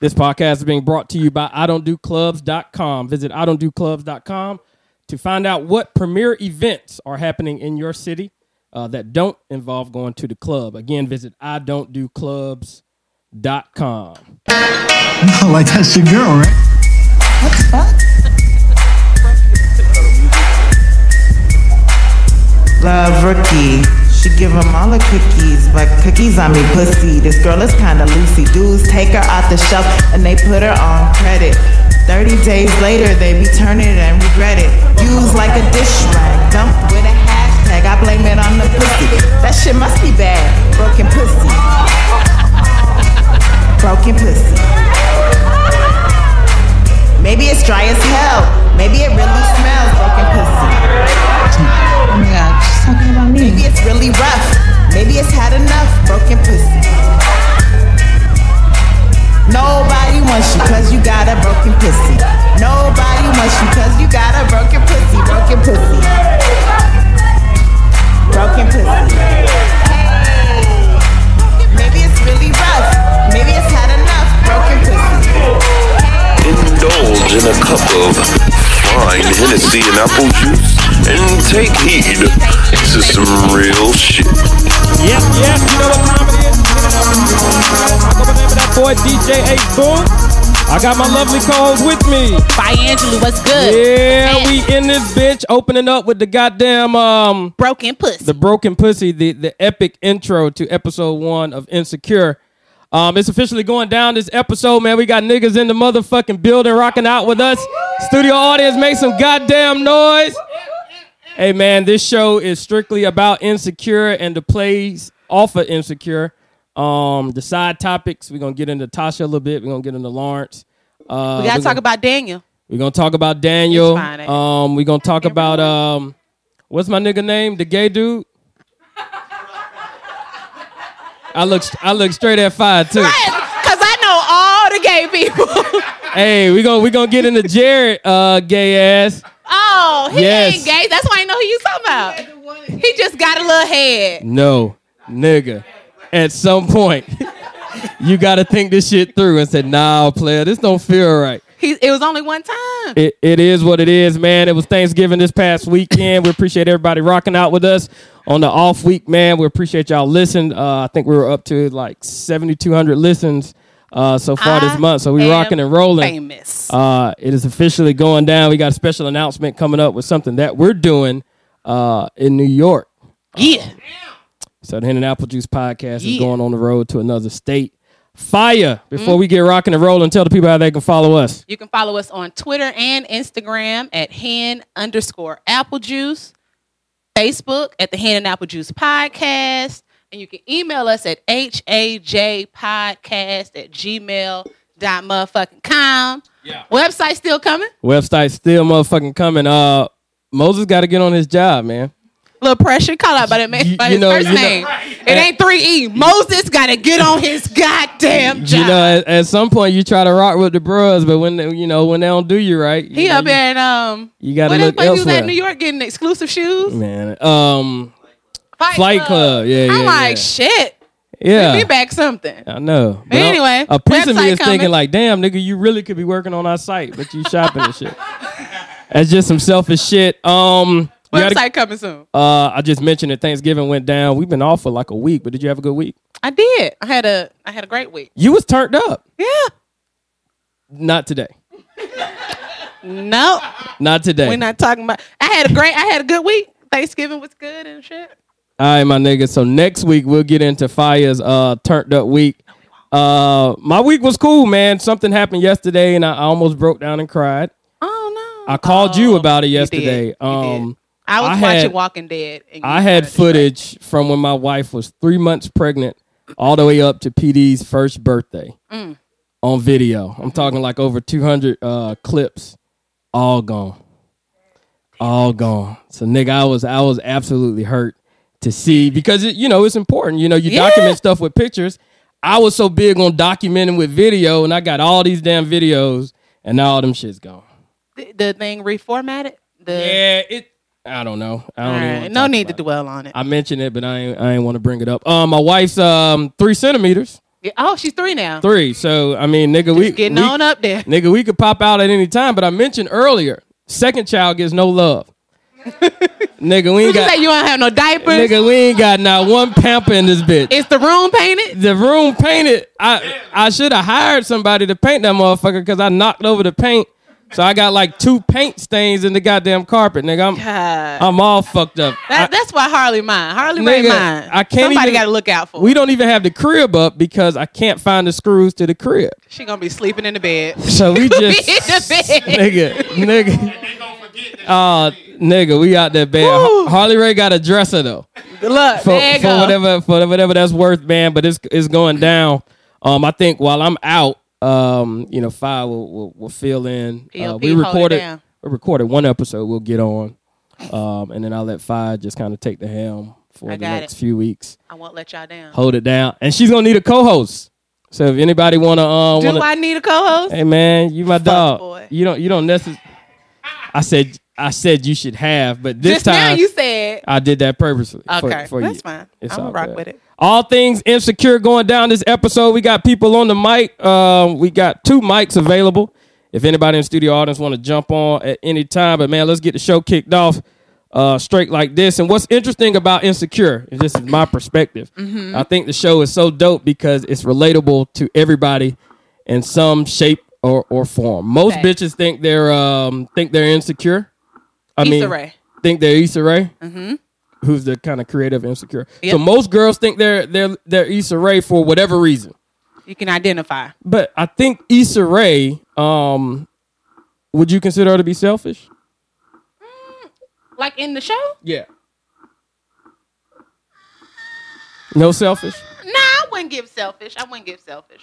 This podcast is being brought to you by I Don't Do Clubs.com. Visit I Don't Do Clubs.com to find out what premier events are happening in your city uh, that don't involve going to the club. Again, visit I Don't Do Clubs.com. like that's your girl, right? Love Rookie. She give 'em all the cookies, but cookies on me pussy. This girl is kinda loosey. Dudes take her off the shelf and they put her on credit. 30 days later, they be turning it and regret it. Used like a dish rag, dumped with a hashtag. I blame it on the pussy. That shit must be bad. Broken pussy. Broken pussy. Maybe it's dry as hell. Maybe it really smells broken pussy. Oh my god, she's talking about Maybe me. it's really rough. Maybe it's had enough broken pussy. Nobody wants you cause you got a broken pussy. Nobody wants you cause you got a broken pussy. Broken pussy. Broken pussy. Hey. Maybe it's really rough. Maybe it's had enough broken pussy. Indulge in a cup of fine Hennessy and apple juice and take heed to some real shit. Yep, yep, you know what time it is. I go by the name of that boy DJ H Boone. I got my lovely calls with me. By Angela, what's good? Yeah, we in this bitch opening up with the goddamn um Broken pussy. the broken pussy, the the epic intro to episode one of Insecure. Um, it's officially going down this episode, man. We got niggas in the motherfucking building rocking out with us. Studio audience, make some goddamn noise. Hey man, this show is strictly about insecure and the plays off of insecure. Um, the side topics, we're gonna get into Tasha a little bit, we're gonna get into Lawrence. Uh, we gotta we're gonna- talk about Daniel. we're gonna talk about Daniel. It's fine, eh? um, we're gonna talk about um, what's my nigga name? The gay dude. I look, I look straight at five too. Cause I know all the gay people. Hey, we gonna we gonna get into Jared, uh, gay ass. oh, he Yes. ain't gay. That's why I know who you talking about. He just got a little head. No, nigga. At some point, you gotta think this shit through and say, Nah, player, this don't feel right. He, it was only one time. It, it is what it is, man. It was Thanksgiving this past weekend. We appreciate everybody rocking out with us on the off week, man. We appreciate y'all listening. Uh, I think we were up to like 7,200 listens uh, so far I this month. So we am rocking and rolling. Famous. Uh, it is officially going down. We got a special announcement coming up with something that we're doing uh, in New York. Uh, yeah. So the Hen and Apple Juice podcast is Yeah. going on the road to another state. Fire! Before we get rocking and rolling, tell the people how they can follow us. You can follow us on Twitter and Instagram at hen underscore apple juice, Facebook at the Hen and Apple Juice Podcast, and you can email us at hajpodcast at gmail dot motherfucking com. Yeah. Website still coming. Website still motherfucking coming. Uh, Moses got to get on his job, man. Little pressure. Call out by, that man, You- by you his know- first you know- name. It ain't three E. Moses got to get on his goddamn job. You know, at, at some point you try to rock with the bros, but when they- you know when they don't do you right, you he know, up you- there in um. You gotta what is look place he was elsewhere. at New York getting exclusive shoes. man. Um, Flight Club. Yeah, yeah, I'm like yeah. shit. yeah. Be back something. I know. But anyway, a piece of me website is thinking coming. like, damn, nigga, you really could be working on our site, but you shopping and shit. That's just some selfish shit. Um, you Website gotta- coming soon. Uh, I just mentioned that Thanksgiving went down. We've been off for like a week, but did you have a good week? I did. I had a I had a great week. You was turned up. Yeah. Not today. No, Not today. we're not talking about. I had a great. I had a good week. Thanksgiving was good and shit. All right, my nigga. So next week we'll get into Fire's uh turned up week. Uh, my week was cool, man. Something happened yesterday, and I I almost broke down and cried. Oh no. I called you about it did. yesterday. You did. Um, I was I watching had- Walking Dead. And you I had started to- footage from when my wife was three months pregnant, all the way up to PD's first birthday Mm. on video. I'm talking like over 200 uh, clips, all gone, all gone. So nigga, I was I was absolutely hurt to see because it, you know it's important. You know you Yeah. document stuff with pictures. I was so big on documenting with video, and I got all these damn videos, and now all them shit's gone. the, the thing reformatted. The Yeah, it. I don't know. I don't All even right. wanna no talk need about to it. dwell on it. Uh, I mentioned it, but I ain't, I ain't want to bring it up. Um, my wife's um three centimeters Yeah, Oh, she's three now. Three. So I mean, nigga, we Just getting we- on up there. Nigga, we could pop out at any time. But I mentioned earlier, second child gets no love. nigga, we You ain't just got. say you don't have no diapers. Nigga, we ain't got not one pamper in this bitch. Is the room painted? the room painted. I I should have hired somebody to paint that motherfucker because I knocked over the paint. So I got like two paint stains in the goddamn carpet, nigga. I'm God. I'm all fucked up. That, I- that's why Harley mine. Harley Ray Nigga, mine. I can't Somebody even- got to look out for. we her. don't even have the crib up because I can't find the screws to the crib. She gonna be sleeping in the bed. So we Be just in the bed. nigga, nigga. Uh, nigga, we out there bad. Har- Harley Ray got a dresser though. Look, for, there you for go. whatever for whatever that's worth, man. But it's it's going down. Um, I think while I'm out, um, you know, Fi will will, will fill in. Uh, PLP, we hold it recorded down. we recorded one episode. We'll get on, um, and then I'll let Fi just kind of take the helm for I the got next it. few weeks. I won't let y'all down. Hold it down, and she's gonna need a co-host. So if anybody wanna, uh, Do wanna, I need a co-host? hey man, you my dog. boy. You don't you don't necessarily. I said I said you should have, but this Just now time you said I did that purposely. for- Okay, for that's you. fine. It's I'ma all rock good. with it. All things insecure going down this episode. We got people on the mic. Um, we got two mics available. If anybody in the studio audience want to jump on at any time, but man, let's get the show kicked off uh, straight like this. And what's interesting about insecure, and this is my perspective, Mm-hmm. I think the show is so dope because it's relatable to everybody in some shape or, or form. Most Facts. bitches think they're um, think they're insecure. I Issa mean, Rae. think they're Issa Rae, who's the kind of creative insecure. So Yep. most girls think they're they're they're Issa Rae for whatever reason. you can identify. But I think Issa Rae, um, would you consider her to be selfish? Like in the show? Yeah. No selfish. Nah, I wouldn't give selfish. I wouldn't give selfish.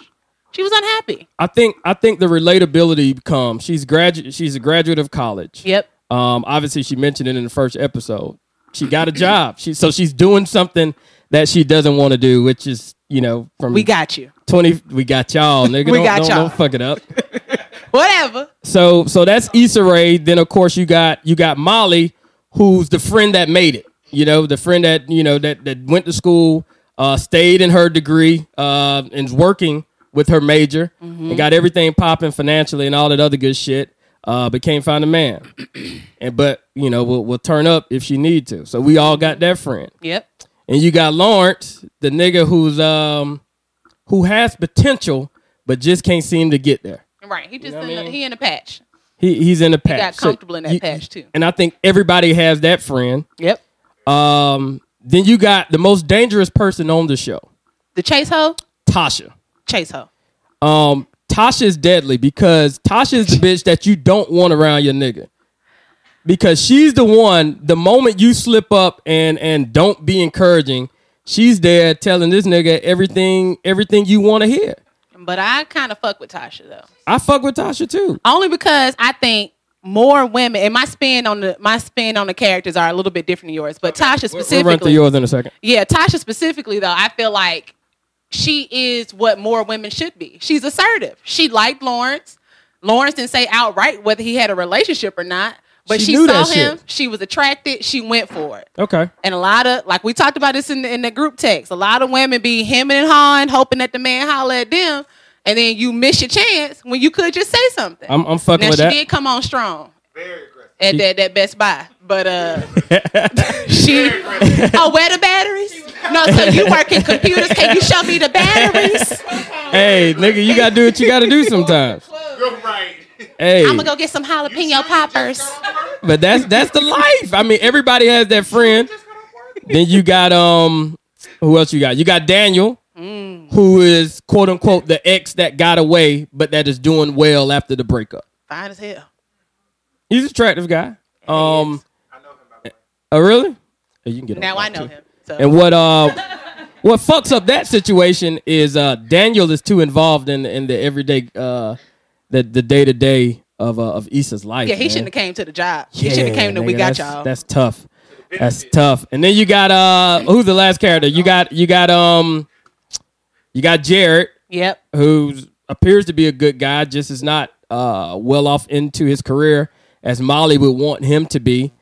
She was unhappy. I think I think the relatability comes. She's graduate. She's a graduate of college. Yep. Um, obviously, she mentioned it in the first episode. She got a job. She so she's doing something that she doesn't want to do, which is you know from We got you. 20 we got y'all nigga We don't, got don't, y'all. don't fuck it up Whatever. so so that's Issa Rae then of course you got you got Molly who's the friend that made it you know the friend that you know that that went to school uh stayed in her degree uh and's working with her major Mm-hmm. and got everything popping financially and all that other good shit uh but can't find a man and but you know we'll, we'll turn up if she need to so we all got that friend Yep. and you got Lawrence, the nigga who's um who has potential but just can't seem to get there. Right. He just know what in I the, mean? he in a patch. He he's in a patch. got comfortable in that patch, too. And I think everybody has that friend. Yep. Um then you got the most dangerous person on the show, The chase hoe. Tasha. Chase hoe. Um Tasha is deadly because Tasha is the bitch that you don't want around your nigga. Because she's the one, the moment you slip up and and don't be encouraging, she's there telling this nigga everything everything you want to hear. But I kind of fuck with Tasha though. I fuck with Tasha too. only because I think more women and my spin on the my spin on the characters are a little bit different than yours. But Tasha We'll run through specifically, yours in a second. yeah, Tasha specifically though, I feel like she is what more women should be. She's assertive. She liked Lawrence. Lawrence didn't say outright whether he had a relationship or not, but She she, knew saw that him. shit. She was attracted. She went for it. Okay. And a lot of like we talked about this in the, in the group text. A lot of women be hemming and hawing, hoping that the man holler at them, and then you miss your chance when you could just say something. I'm, I'm fucking Now she with that. did come on strong. At that, that Best Buy, but uh, she oh where the batteries? No, so you work in computers? Can you show me the batteries? Hey, nigga, you gotta do what you gotta do sometimes. Hey, I'm gonna go get some jalapeno poppers. but that's that's the life. I mean, everybody has that friend. Then you got um, who else you got? You got Daniel, Mm. who is quote unquote the ex that got away, but that is doing well after the breakup. Fine as hell. He's an attractive guy. Um, oh really? Hey, you can get on Now that I know too. him. So And what uh what fucks up that situation is uh Daniel is too involved in in the everyday uh the the day to day of uh, of Issa's life. yeah, he man. shouldn't have came to the job. He should have came to nigga, we got that's- y'all. That's tough. That's tough. And then you got uh who's the last character? You got you got um you got Jared yep. who appears to be a good guy, just is not uh, well off into his career as Molly would want him to be.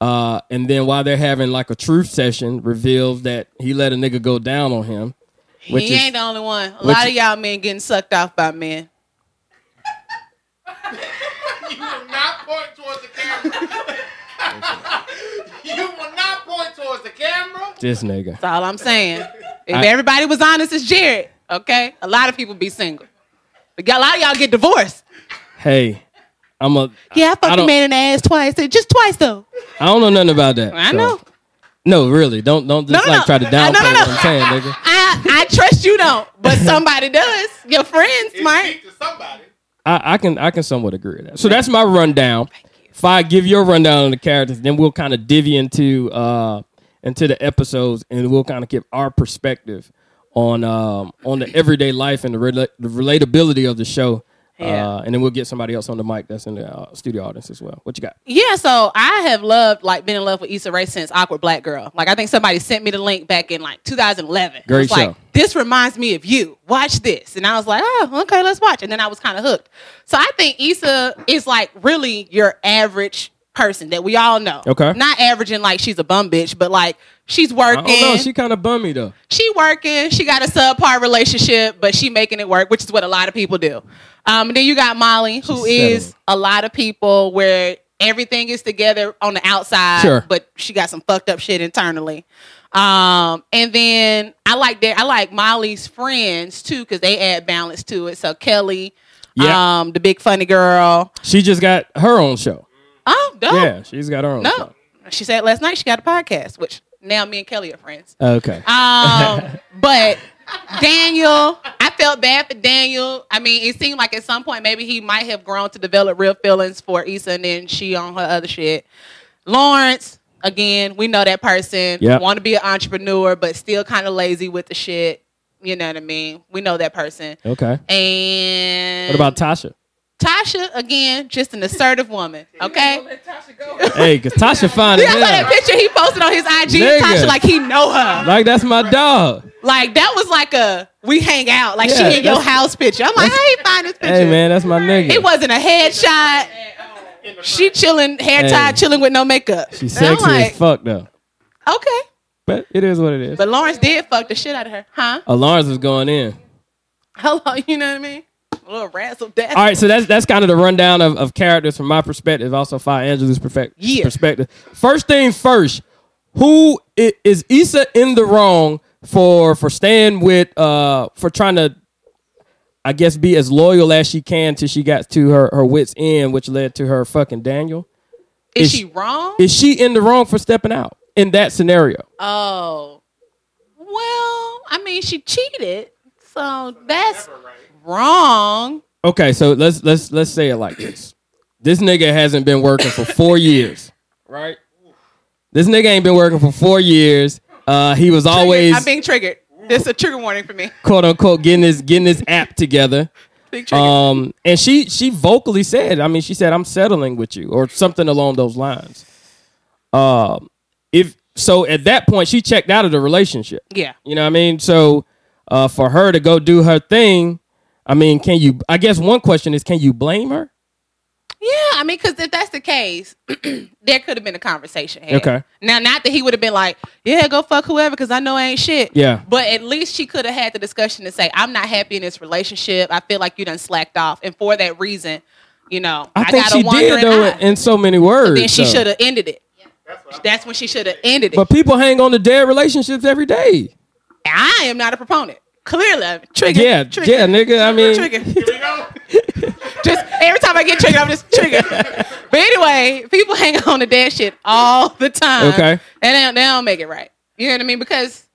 Uh, and then while they're having like a truth session, reveals that he let a nigga go down on him. Which he is- ain't the only one. A which- lot of y'all men getting sucked off by men. You will not point towards the camera. you will not point towards the camera. This nigga. That's all I'm saying. If I- everybody was honest, it's Jared. Okay, a lot of people be single. But a lot of y'all get divorced. Hey, I'm a. Yeah, I fucked a don't- man in the ass twice. Just twice though. I don't know nothing about that. I so- know. No, really. Don't don't just No, no, like try to no. No, downplay no, no. what I'm saying, nigga. I, I trust you don't, but somebody does. Your friends might. Speak to somebody. I, I can I can somewhat agree with that. So that's my rundown. If I give your rundown on the characters, then we'll kind of divvy into uh into the episodes, and we'll kind of give our perspective on um on the everyday life and the, rela- the relatability of the show. Yeah. Uh, and then we'll get somebody else on the mic that's in the uh, studio audience as well. What you got? Yeah, so I have loved like been in love with Issa Rae since Awkward Black Girl. Like I think somebody sent me the link back in like 2011. It Great was show. Like this reminds me of you. Watch this, and I was like, oh, okay, let's watch. And then I was kind of hooked. So I think Issa is like really your average person that we all know. Okay. Not averaging like she's a bum bitch, but like she's I working. don't know. She kind of bummed me though. she working. She got a subpar relationship, but she making it work, which is what a lot of people do. Um, and then you got Molly, who She's is settling. a lot of people where everything is together on the outside, Sure. but she got some fucked up shit internally. Um, and then I like that. I like Molly's friends too because they add balance to it. So Kelly, Yeah. um, the big funny girl. She just got her own show. Oh, dope. Yeah, she's got her own. no. Show. She said last night she got a podcast, which now me and Kelly are friends. Okay. Um, but Daniel, I felt bad for Daniel. I mean, it seemed like at some point maybe he might have grown to develop real feelings for Issa and then she on her other shit. Lawrence, again, we know that person. Yep. Want to be an entrepreneur, but still kind of lazy with the shit. You know what I mean? We know that person. okay. And What about Tasha? Tasha? Again, just an assertive woman. Okay. Hey, cause Tasha fine as Yeah, I saw that hell. picture he posted on his IG. Nigga. Tasha, like he know her. Like that's my dog. Like that was like a we hang out. Like Yeah, she in your that's- house picture. I'm like, how you find this picture? Hey man, that's my nigga. It wasn't a headshot. She chilling, hair Hey. tied, chilling with no makeup. She's And I'm sexy as fuck though. Okay, But it is what it is. but Lawrence did fuck the shit out of her, huh? Alarms is going in. Hello, you know what I mean? A little razzle dazzle. All right, so that's that's kind of the rundown of, of characters from my perspective, also Fi Angelou's perfec- Yeah. perspective. First thing first, who i- is Issa in the wrong for for staying with uh for trying to I guess be as loyal as she can till she got to her her wits end, which led to her fucking Daniel. Is is- she wrong? Is she in the wrong for stepping out in that scenario? oh, well, I mean, she cheated, so that's wrong. Okay, so let's let's let's say it like this. This nigga hasn't been working for four years, right? This nigga ain't been working for four years. Uh, he was always I'm being triggered. This is a trigger warning for me. quote unquote getting his getting his app together. Big trigger. Um, and she she vocally said, I mean, she said, "I'm settling with you" or something along those lines. Um, if so, at that point, she checked out of the relationship. yeah. You know what I mean? So uh, for her to go do her thing, I mean, can you? I guess one question is, can you blame her? Yeah, I mean, because if that's the case, there could have been a conversation. Had. Okay. Now, not that he would have been like, "Yeah, go fuck whoever," because I know I ain't shit. Yeah. But at least she could have had the discussion to say, "I'm not happy in this relationship. I feel like you done slacked off, and for that reason, you know, I, I think got she a wandering did though eye." in- in so many words. then she so. should have ended it. That's when she should have ended it. But people hang on to dead relationships every day. I am not a proponent. Clearly, I'm triggered. Yeah, triggered, yeah, nigga. I mean, triggered. Here we go. just every time I get triggered, I'm just triggered. but anyway, people hang on to that shit all the time. Okay. And they don't, they don't make it right. You know what I mean? Because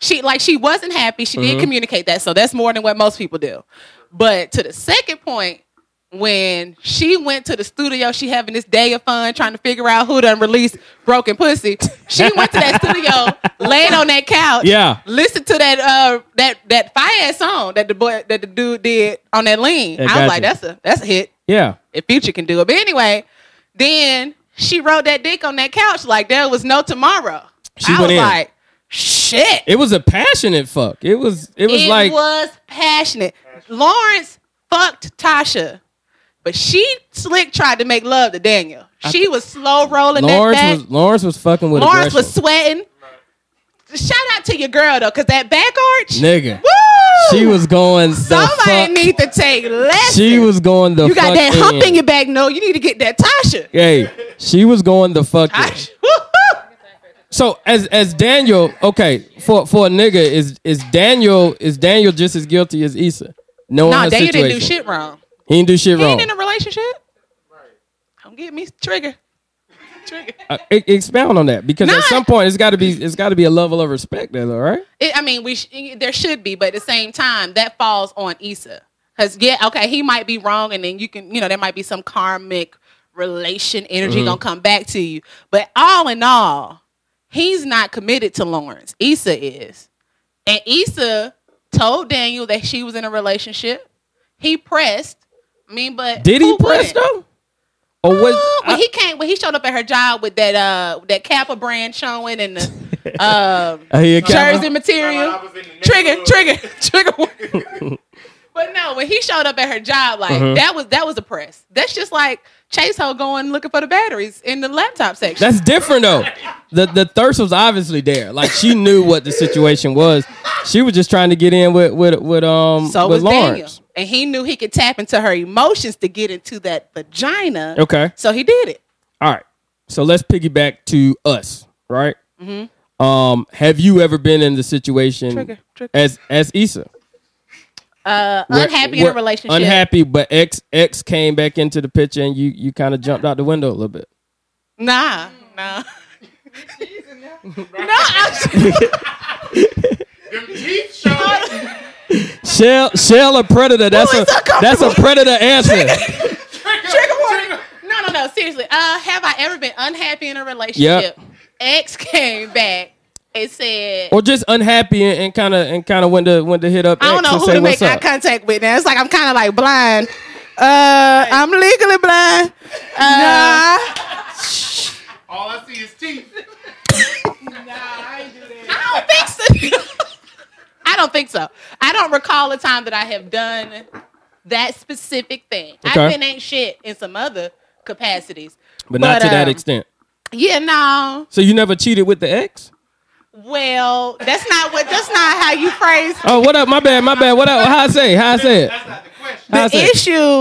she like she wasn't happy. She did communicate that, so that's more than what most people do. But to the second point, when she went to the studio, she having this day of fun trying to figure out who done released broken pussy. She went to that studio, laid on that couch, Yeah. listened to that uh that that fire ass song that the boy that the dude did on that lean. I Yeah, was gotcha. like, that's a that's a hit. yeah. If Future can do it, but anyway, then she wrote that dick on that couch like there was no tomorrow. She I went was in. like, shit. It was a passionate fuck. It was. It was It like. was passionate. Lawrence fucked Tasha, but she slick tried to make love to Daniel. She was slow rolling Lawrence that back. was Lawrence was fucking with Lawrence aggression. was sweating. Shout out to your girl though, cause that back arch. Nigga. Woo! She was going the Somebody fuck. need to take lessons. She was going the you fuck got that hump in. in your back. No, you need to get that Tasha. Hey, she was going the fuck in. Tasha. Woo-hoo. So as as Daniel, okay, for for a nigga is is Daniel is Daniel just as guilty as Issa? No, Nah, the Daniel situation. didn't do shit wrong. He didn't do shit He wrong. ain't in a relationship. Don't get me trigger. Trigger. Uh, e- expound on that because Nah. at some point it's got to be it's got to be a level of respect there, though, right? It, I mean, we sh- there should be, but at the same time, that falls on Issa. Cause yeah, okay, he might be wrong, and then you can, you know, there might be some karmic relation energy Mm-hmm. gonna come back to you. But all in all, he's not committed to Lawrence. Issa is, and Issa told Daniel that she was in a relationship. He pressed. I mean, but Did he who press wouldn't? though? Or was Uh, when I- he came, when he showed up at her job with that uh that Kappa brand showing and the um I hear Calvin. jersey material. I was in the Trigger, neighborhood. trigger, trigger. warning. Mm-hmm. but no, when he showed up at her job, like that was that was a press. That's just like Chase Ho going looking for the batteries in the laptop section. That's different though. The the thirst was obviously there. Like she knew what the situation was. She was just trying to get in with with with um so with was Daniel, Lawrence. and he knew he could tap into her emotions to get into that vagina. Okay. so he did it. All right. So let's piggyback to us, right? Mm-hmm. Um, have you ever been in the situation Trigger, trigger. as as Issa? Uh, Where- unhappy in where- a relationship. Unhappy, but ex ex came back into the picture and you you kind of jumped out the window a little bit. Nah, nah. no, I'm, Them teeth showing. Shell shell a predator. That's is a uncomfortable. that's a predator answer. trigger warning. No, no, no. Seriously. Uh, have I ever been unhappy in a relationship? Ex came back and said, or just unhappy and, and kind of and kind of went to went to hit up. I don't ex know and who say, to make "What's eye up?" contact with now. It's like I'm kind of like blind. Uh, I'm legally blind. Uh, All I see is teeth. I don't think so. I don't think so. I don't recall a time that I have done that specific thing. I've Okay. been ain't shit in some other capacities. But not But, to that um, extent. Yeah, no. So you never cheated with the ex? Well, that's not what. That's not how you phrase Oh, what up? My bad. My bad. What up? How I say? it? How I say it? That's not the question. How I say the it?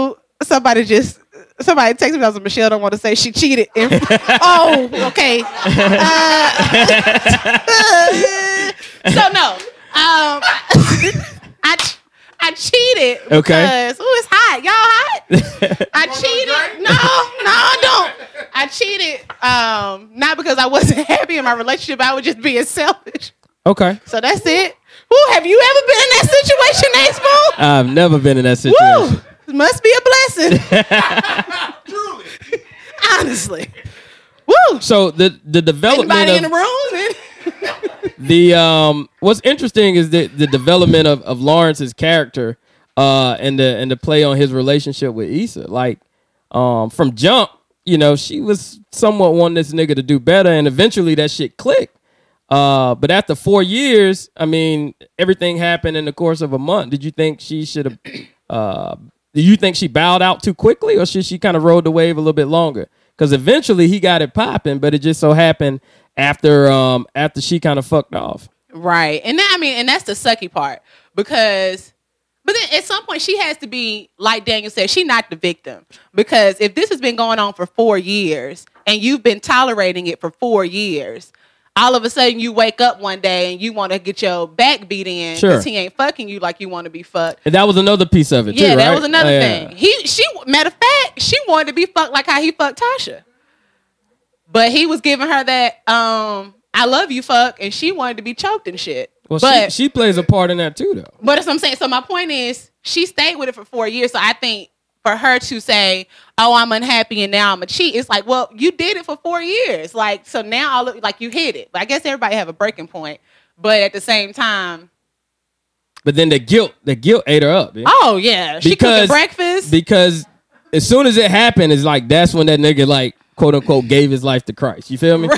issue. Somebody just somebody texted me. I was like, Michelle don't want to say she cheated. in- oh, okay. Uh, so no, um, I ch- I cheated. Okay. Because, ooh, it's hot. Y'all hot. I cheated. No, no, I don't. I cheated. Um, not because I wasn't happy in my relationship. I was just being selfish. Okay. So that's it. Ooh, have you ever been in that situation, Ace Boo? I've never been in that situation. Woo! Must be a blessing, Truly. honestly. Woo! So the the development Anybody of in the room? the um what's interesting is that the development of, of Lawrence's character uh and the and the play on his relationship with Issa. Like um from jump, you know, she was somewhat wanting this nigga to do better and eventually that shit clicked. Uh but after four years, I mean, everything happened in the course of a month. Did you think she should have uh do you think she bowed out too quickly or should she kind of rode the wave a little bit longer? Because eventually he got it popping, but it just so happened after um after she kind of fucked off. Right, and that, I mean, and that's the sucky part because, but then at some point she has to be like Daniel said, she not the victim because if this has been going on for four years and you've been tolerating it for four years. All of a sudden, you wake up one day and you want to get your back beat in because Sure. he ain't fucking you like you want to be fucked. And that was another piece of it. Yeah, too, that right? Oh, was another Yeah. thing. He she matter of fact, she wanted to be fucked like how he fucked Tasha. But he was giving her that um I love you fuck and she wanted to be choked and shit. Well, but she, she plays a part in that too, though. but that's what I'm saying. So my point is she stayed with it for four years. So I think for her to say, Oh, I'm unhappy and now I'm a cheat, it's like, well, you did it for four years. Like, so now all of, like you hit it. But I guess everybody have a breaking point. But at the same time, But then the guilt, the guilt ate her up. yeah. oh yeah, she Because- cooking breakfast. Because as soon as it happened, it's like that's when that nigga like quote unquote gave his life to Christ. You feel me?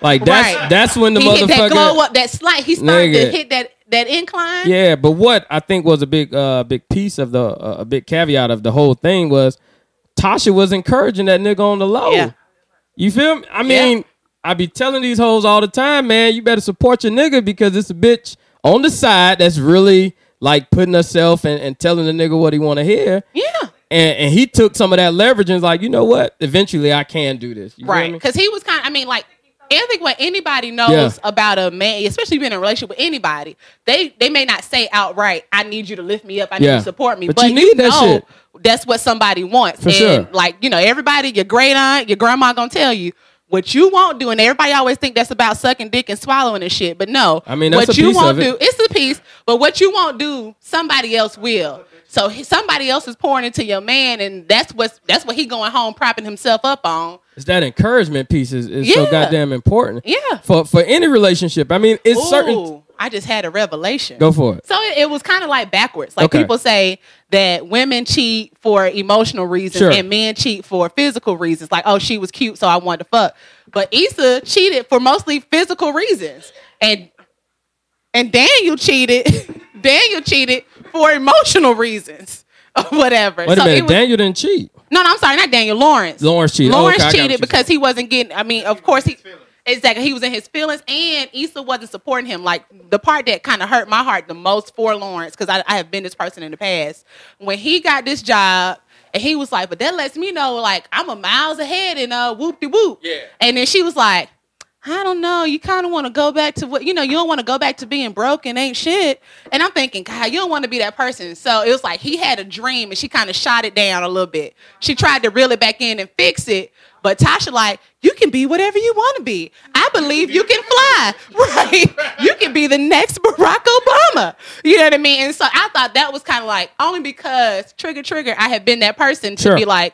Like that's Right. that's when the he hit motherfucker that glow up, that slight. He started Nigga. to hit that that incline. Yeah, but what I think was a big, uh, big piece of the, uh, a big caveat of the whole thing was Tasha was encouraging that nigga on the low. Yeah. You feel me? I mean, I be telling these hoes all the time, man, you better support your nigga because it's a bitch on the side that's really like putting herself and, and telling the nigga what he want to hear. Yeah. And, and he took some of that leverage and was like, you know what? Eventually I can do this. You feel right. me? Because he was kind of, I mean, like, I think what anybody knows Yeah. about a man, especially being in a relationship with anybody, they they may not say outright, "I need you to lift me up, I need you Yeah. to support me," But you need that know shit. that's what somebody wants. For and sure. like you know, everybody, your great aunt, your grandma, gonna tell you what you won't do, and everybody always think that's about sucking dick and swallowing and shit. But no, I mean, that's what a you piece won't of it. do, it's a piece. But what you won't do, somebody else will. So he, somebody else is pouring into your man, and that's what's that's what he going home propping himself up on. It's that encouragement piece is, is so Yeah. goddamn important. Yeah. For for any relationship. I mean, it's certain Ooh, I just had a revelation. Go for it. So it, it was kind of like backwards. Like Okay. people say that women cheat for emotional reasons Sure. and men cheat for physical reasons. Like, oh, she was cute, so I wanted to fuck. But Issa cheated for mostly physical reasons, and and Daniel cheated. Daniel cheated for emotional reasons or whatever. Wait a So it minute, was- Daniel didn't cheat. no, no, I'm sorry, not Daniel Lawrence. Lawrence cheated. Oh, Lawrence okay, I got what cheated you because he wasn't getting. I mean, of course he. Exactly, he was in his feelings, and Issa wasn't supporting him. Like the part that kind of hurt my heart the most for Lawrence, because I, I have been this person in the past. When he got this job, and he was like, "But that lets me know, like, I'm a miles ahead," and uh, whoop de whoop. Yeah. And then she was like, I don't know. You kind of want to go back to what you know. You don't want to go back to being broke and ain't shit. And I'm thinking, God, you don't want to be that person. So it was like he had a dream, and she kind of shot it down a little bit. She tried to reel it back in and fix it, but Tasha like, you can be whatever you want to be. I believe you can fly, right? You can be the next Barack Obama. You know what I mean? And so I thought that was kind of like only because trigger trigger, I had been that person to Sure. be like.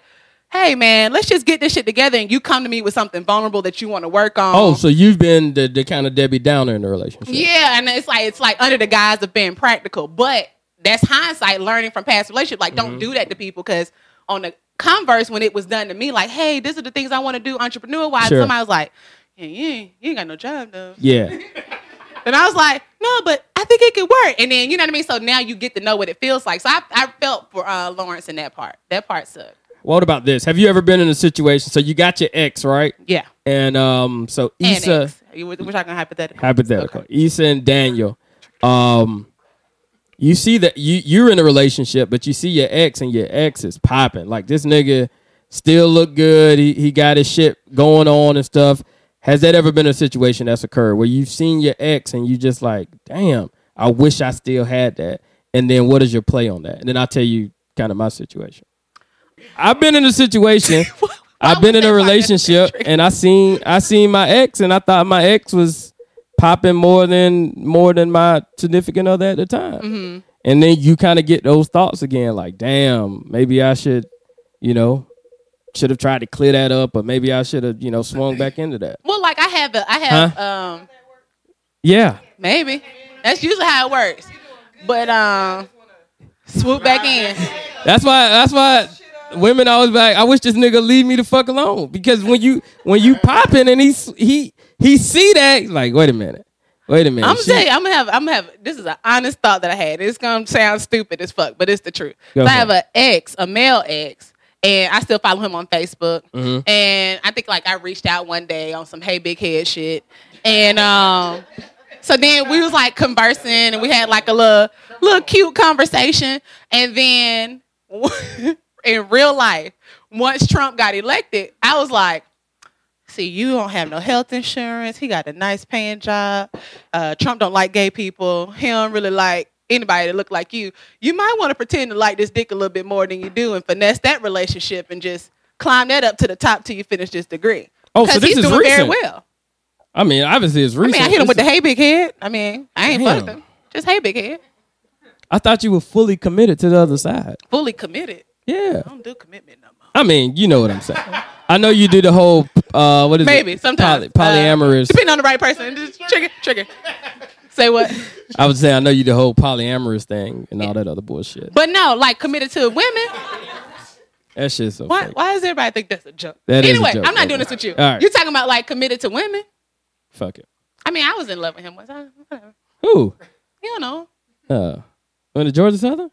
Hey man, let's just get this shit together, and you come to me with something vulnerable that you want to work on. Oh, so you've been the, the kind of Debbie Downer in the relationship. Yeah, and it's like it's like under the guise of being practical, but that's hindsight learning from past relationships. Like, Mm-hmm. don't do that to people because on the converse, when it was done to me, like, hey, these are the things I want to do entrepreneur wise. Sure. Somebody was like, yeah, you ain't, you ain't got no job though. Yeah. And I was like, no, but I think it could work. And then you know what I mean. So now you get to know what it feels like. So I, I felt for uh, Lawrence in that part. That part sucked. What about this? Have you ever been in a situation? So you got your ex, right? Yeah. And um, so And Issa, ex. You- we're talking hypothetical. hypothetical, Issa and Daniel, um, you see that you you're in a relationship, but you see your ex, and your ex is popping. Like this nigga still look good. He he got his shit going on and stuff. Has that ever been a situation that's occurred where you've seen your ex and you just like, damn, I wish I still had that. And then what is your play on that? And then I'll tell you kind of my situation. I've been in a situation. I've been would they in a find that relationship and I seen I seen my ex and I thought my ex was popping more than more than my significant other at the time. Mm-hmm. And then you kind of get those thoughts again, like, damn, maybe I should, you know, should have tried to clear that up, or maybe I should have, you know, swung back into that. Well, like I have a, I have um. Yeah. Maybe. That's usually how it works. But um swoop back in. That's why. That's why women always be like, I wish this nigga leave me the fuck alone. Because when you when you popping and he s- he he see that, he's like, wait a minute, wait a minute. I'm gonna She- tell you, I'm gonna have I'm gonna have this is an honest thought that I had. It's gonna sound stupid as fuck, but it's the truth. Go So I for have it. an ex, a male ex, and I still follow him on Facebook. Mm-hmm. And I think like I reached out one day on some hey big head shit. And um So then we was like conversing and we had like a little little cute conversation. And then in real life, once Trump got elected, I was like, see, you don't have no health insurance. He got a nice paying job. Uh, Trump don't like gay people. He don't really like anybody that look like you. You might want to pretend to like this dick a little bit more than you do and finesse that relationship and just climb that up to the top till you finish this degree. Oh, Because so this he's is doing very recent. well. I mean, obviously it's I recent. mean, I hit him It's- with the hey big head. I mean, I ain't Damn. fucked him. Just hey big head. I thought you were fully committed to the other side. Fully committed. Yeah. I don't do commitment no more. I mean, you know what I'm saying. I know you do the whole uh what is it? Maybe sometimes Poly- polyamorous. Uh, depending on the right person. Just trigger, trigger. Say what? I would say I know you the whole polyamorous thing and all that other bullshit. But no, like committed to women. That shit's so Why? fake. Why does everybody think that's a joke? That is a anyway, joke, I'm not okay. doing this with you. All right. You're talking about like committed to women. Fuck it. I mean, I was in love with him once. I, whatever. Who? You know. Uh when the Georgia Southern?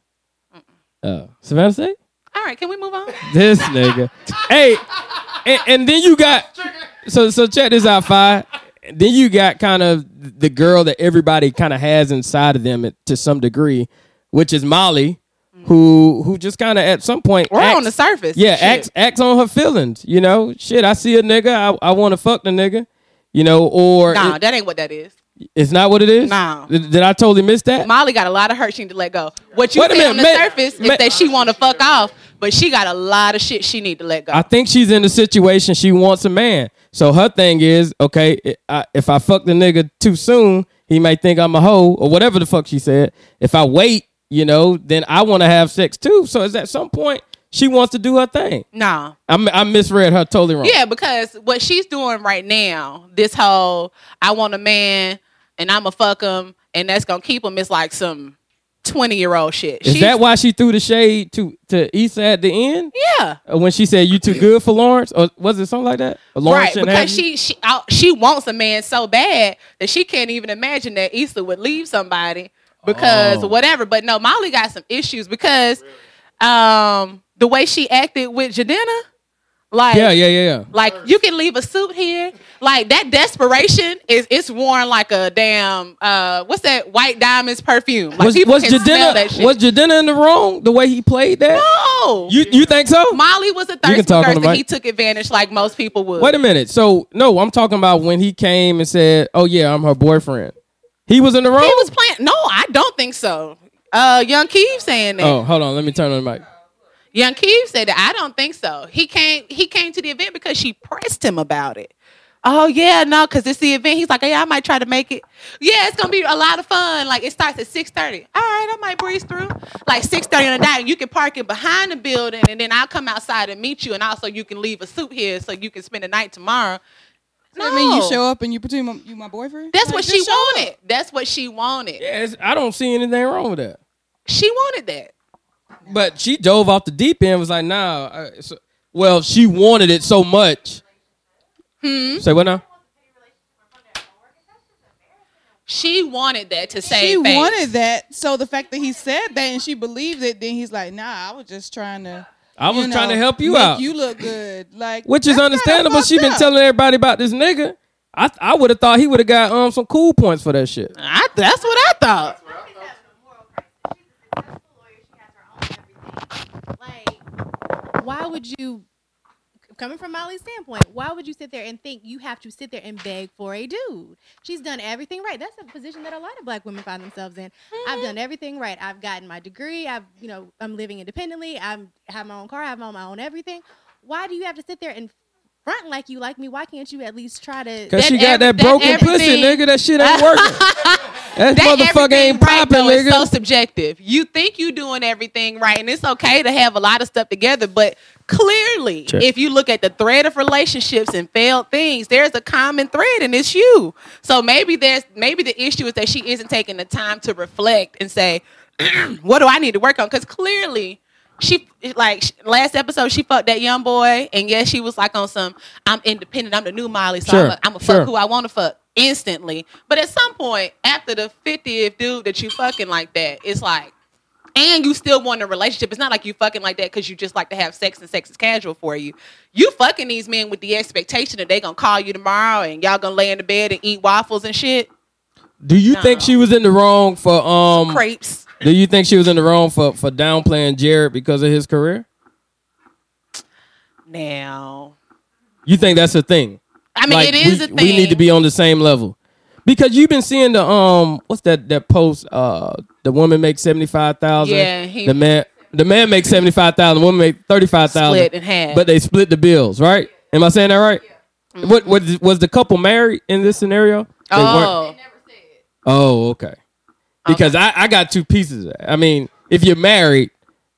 Uh Savannah State? All right, can we move on? This nigga. hey, and, and then you got so so check this out, Fi. Then you got kind of the girl that everybody kind of has inside of them to some degree, which is Molly, who who just kind of at some point We're acts- on the surface. Yeah, Shit. acts acts on her feelings. You know, shit. I see a nigga, I, I want to fuck the nigga. You know, or Nah, it- that ain't what that is. it's not what it is. Nah. Did, did I totally miss that? Molly got a lot of hurt she need to let go. What you Wait a see minute, on the ma- surface ma- is that she want to fuck off, but she got a lot of shit she need to let go. I think she's in the situation she wants a man. So her thing is, okay, i- I, if I fuck the nigga too soon, he may think I'm a hoe or whatever the fuck she said. If I wait, you know, then I want to have sex too. So is at some point she wants to do her thing. nah. I, mi- I misread her totally wrong. Yeah, because what she's doing right now, this whole I want a man and I'ma fuck him and that's gonna keep him is like some twenty year old shit. Is she's, that why she threw the shade to to Issa at the end yeah. Uh, when she said you too good for Lawrence or was it something like that? Or Lawrence Right, shouldn't have because you? she she out, she wants a man so bad that she can't even imagine that Issa would leave somebody because Oh. whatever. But no, Molly got some issues because um the way she acted with Jadena, like yeah yeah yeah yeah. like you can leave a suit here. Like that desperation is it's worn like a damn uh what's that white diamonds perfume. Like was people was can smell that Jadena shit. was Jadena in the wrong the way he played that? no. You you think so? Molly was a can thirsty talk on the person. mic. He took advantage like most people would. Wait a minute. So no, I'm talking about when he came and said, "Oh yeah, I'm her boyfriend." He was in the wrong. He was playing. No, I don't think so. Uh, Young Keeve saying that. oh, hold on. Let me turn on the mic. Young Keeve said that. I don't think so. He came. He came to the event because she pressed him about it. Oh yeah, no, because it's the event. He's like, yeah, I might try to make it. Yeah, it's gonna be a lot of fun. Like it starts at six thirty. All right, I might breeze through. Like six thirty on the dot, and you can park it behind the building, and then I'll come outside and meet you, and also you can leave a suit here so you can spend the night tomorrow. No, I mean, you show up and you pretend I'm- you my boyfriend. That's Like, what just she show up. wanted. That's what she wanted. Yes, I don't see anything wrong with that. She wanted that. But she dove off the deep end. Was like, nah. uh, so- well, she wanted it so much. Hmm? Say what now? She wanted that to save She face. wanted that. So the fact that he said that and she believed it, then he's like, "Nah, I was just trying to." I was you trying know, to help you make out, You look good, like which is that's kinda understandable. She fucked been up. telling everybody about this nigga. I I would have thought he would have got um some cool points for that shit. I, that's what I thought. Like, why would you, coming from Molly's standpoint, why would you sit there and think you have to sit there and beg for a dude? She's done everything right. That's a position that a lot of black women find themselves in. I've Mm-hmm. done everything right. I've gotten my degree. I've, you know, I'm living independently. I'm have my own car. I have my own, my own everything. Why do you have to sit there and front like you like me? Why can't you at least try to? Cause That she got every- that that broken pussy, everything- nigga. That shit ain't working. that, That motherfucker everything ain't right, popping, though, is nigga. so subjective. You think you doing everything right, and it's okay to have a lot of stuff together, but clearly, Check. if you look at the thread of relationships and failed things, there's a common thread, and it's you. So maybe there's maybe the issue is that she isn't taking the time to reflect and say, "What do I need to work on?" Because clearly. She like sh- last episode she fucked that young boy and yes she was like on some I'm independent I'm the new Molly so Sure, I'm a, I'm a fuck sure. who I want to fuck instantly but at some point after the 50th dude that you fucking like that it's like and you still want a relationship. It's not like you fucking like that because you just like to have sex and sex is casual for you. You fucking these men with the expectation that they gonna call you tomorrow and y'all gonna lay in the bed and eat waffles and shit, Do you think No. she was in the wrong for um? crepes. Do you think she was in the wrong for for downplaying Jared because of his career? Now, You think that's a thing? I mean, it is we, a thing. We need to be on the same level because you've been seeing the um. What's that? That post? Uh, the woman makes seventy five thousand. Yeah, he- the man. The man makes seventy five thousand. The woman makes thirty five thousand. Split in half. But they split the bills, right? Am I saying that right? What, what was the couple married in this scenario? They weren't. Oh, Oh, okay. Because I, I got two pieces. of that. I mean, if you're married,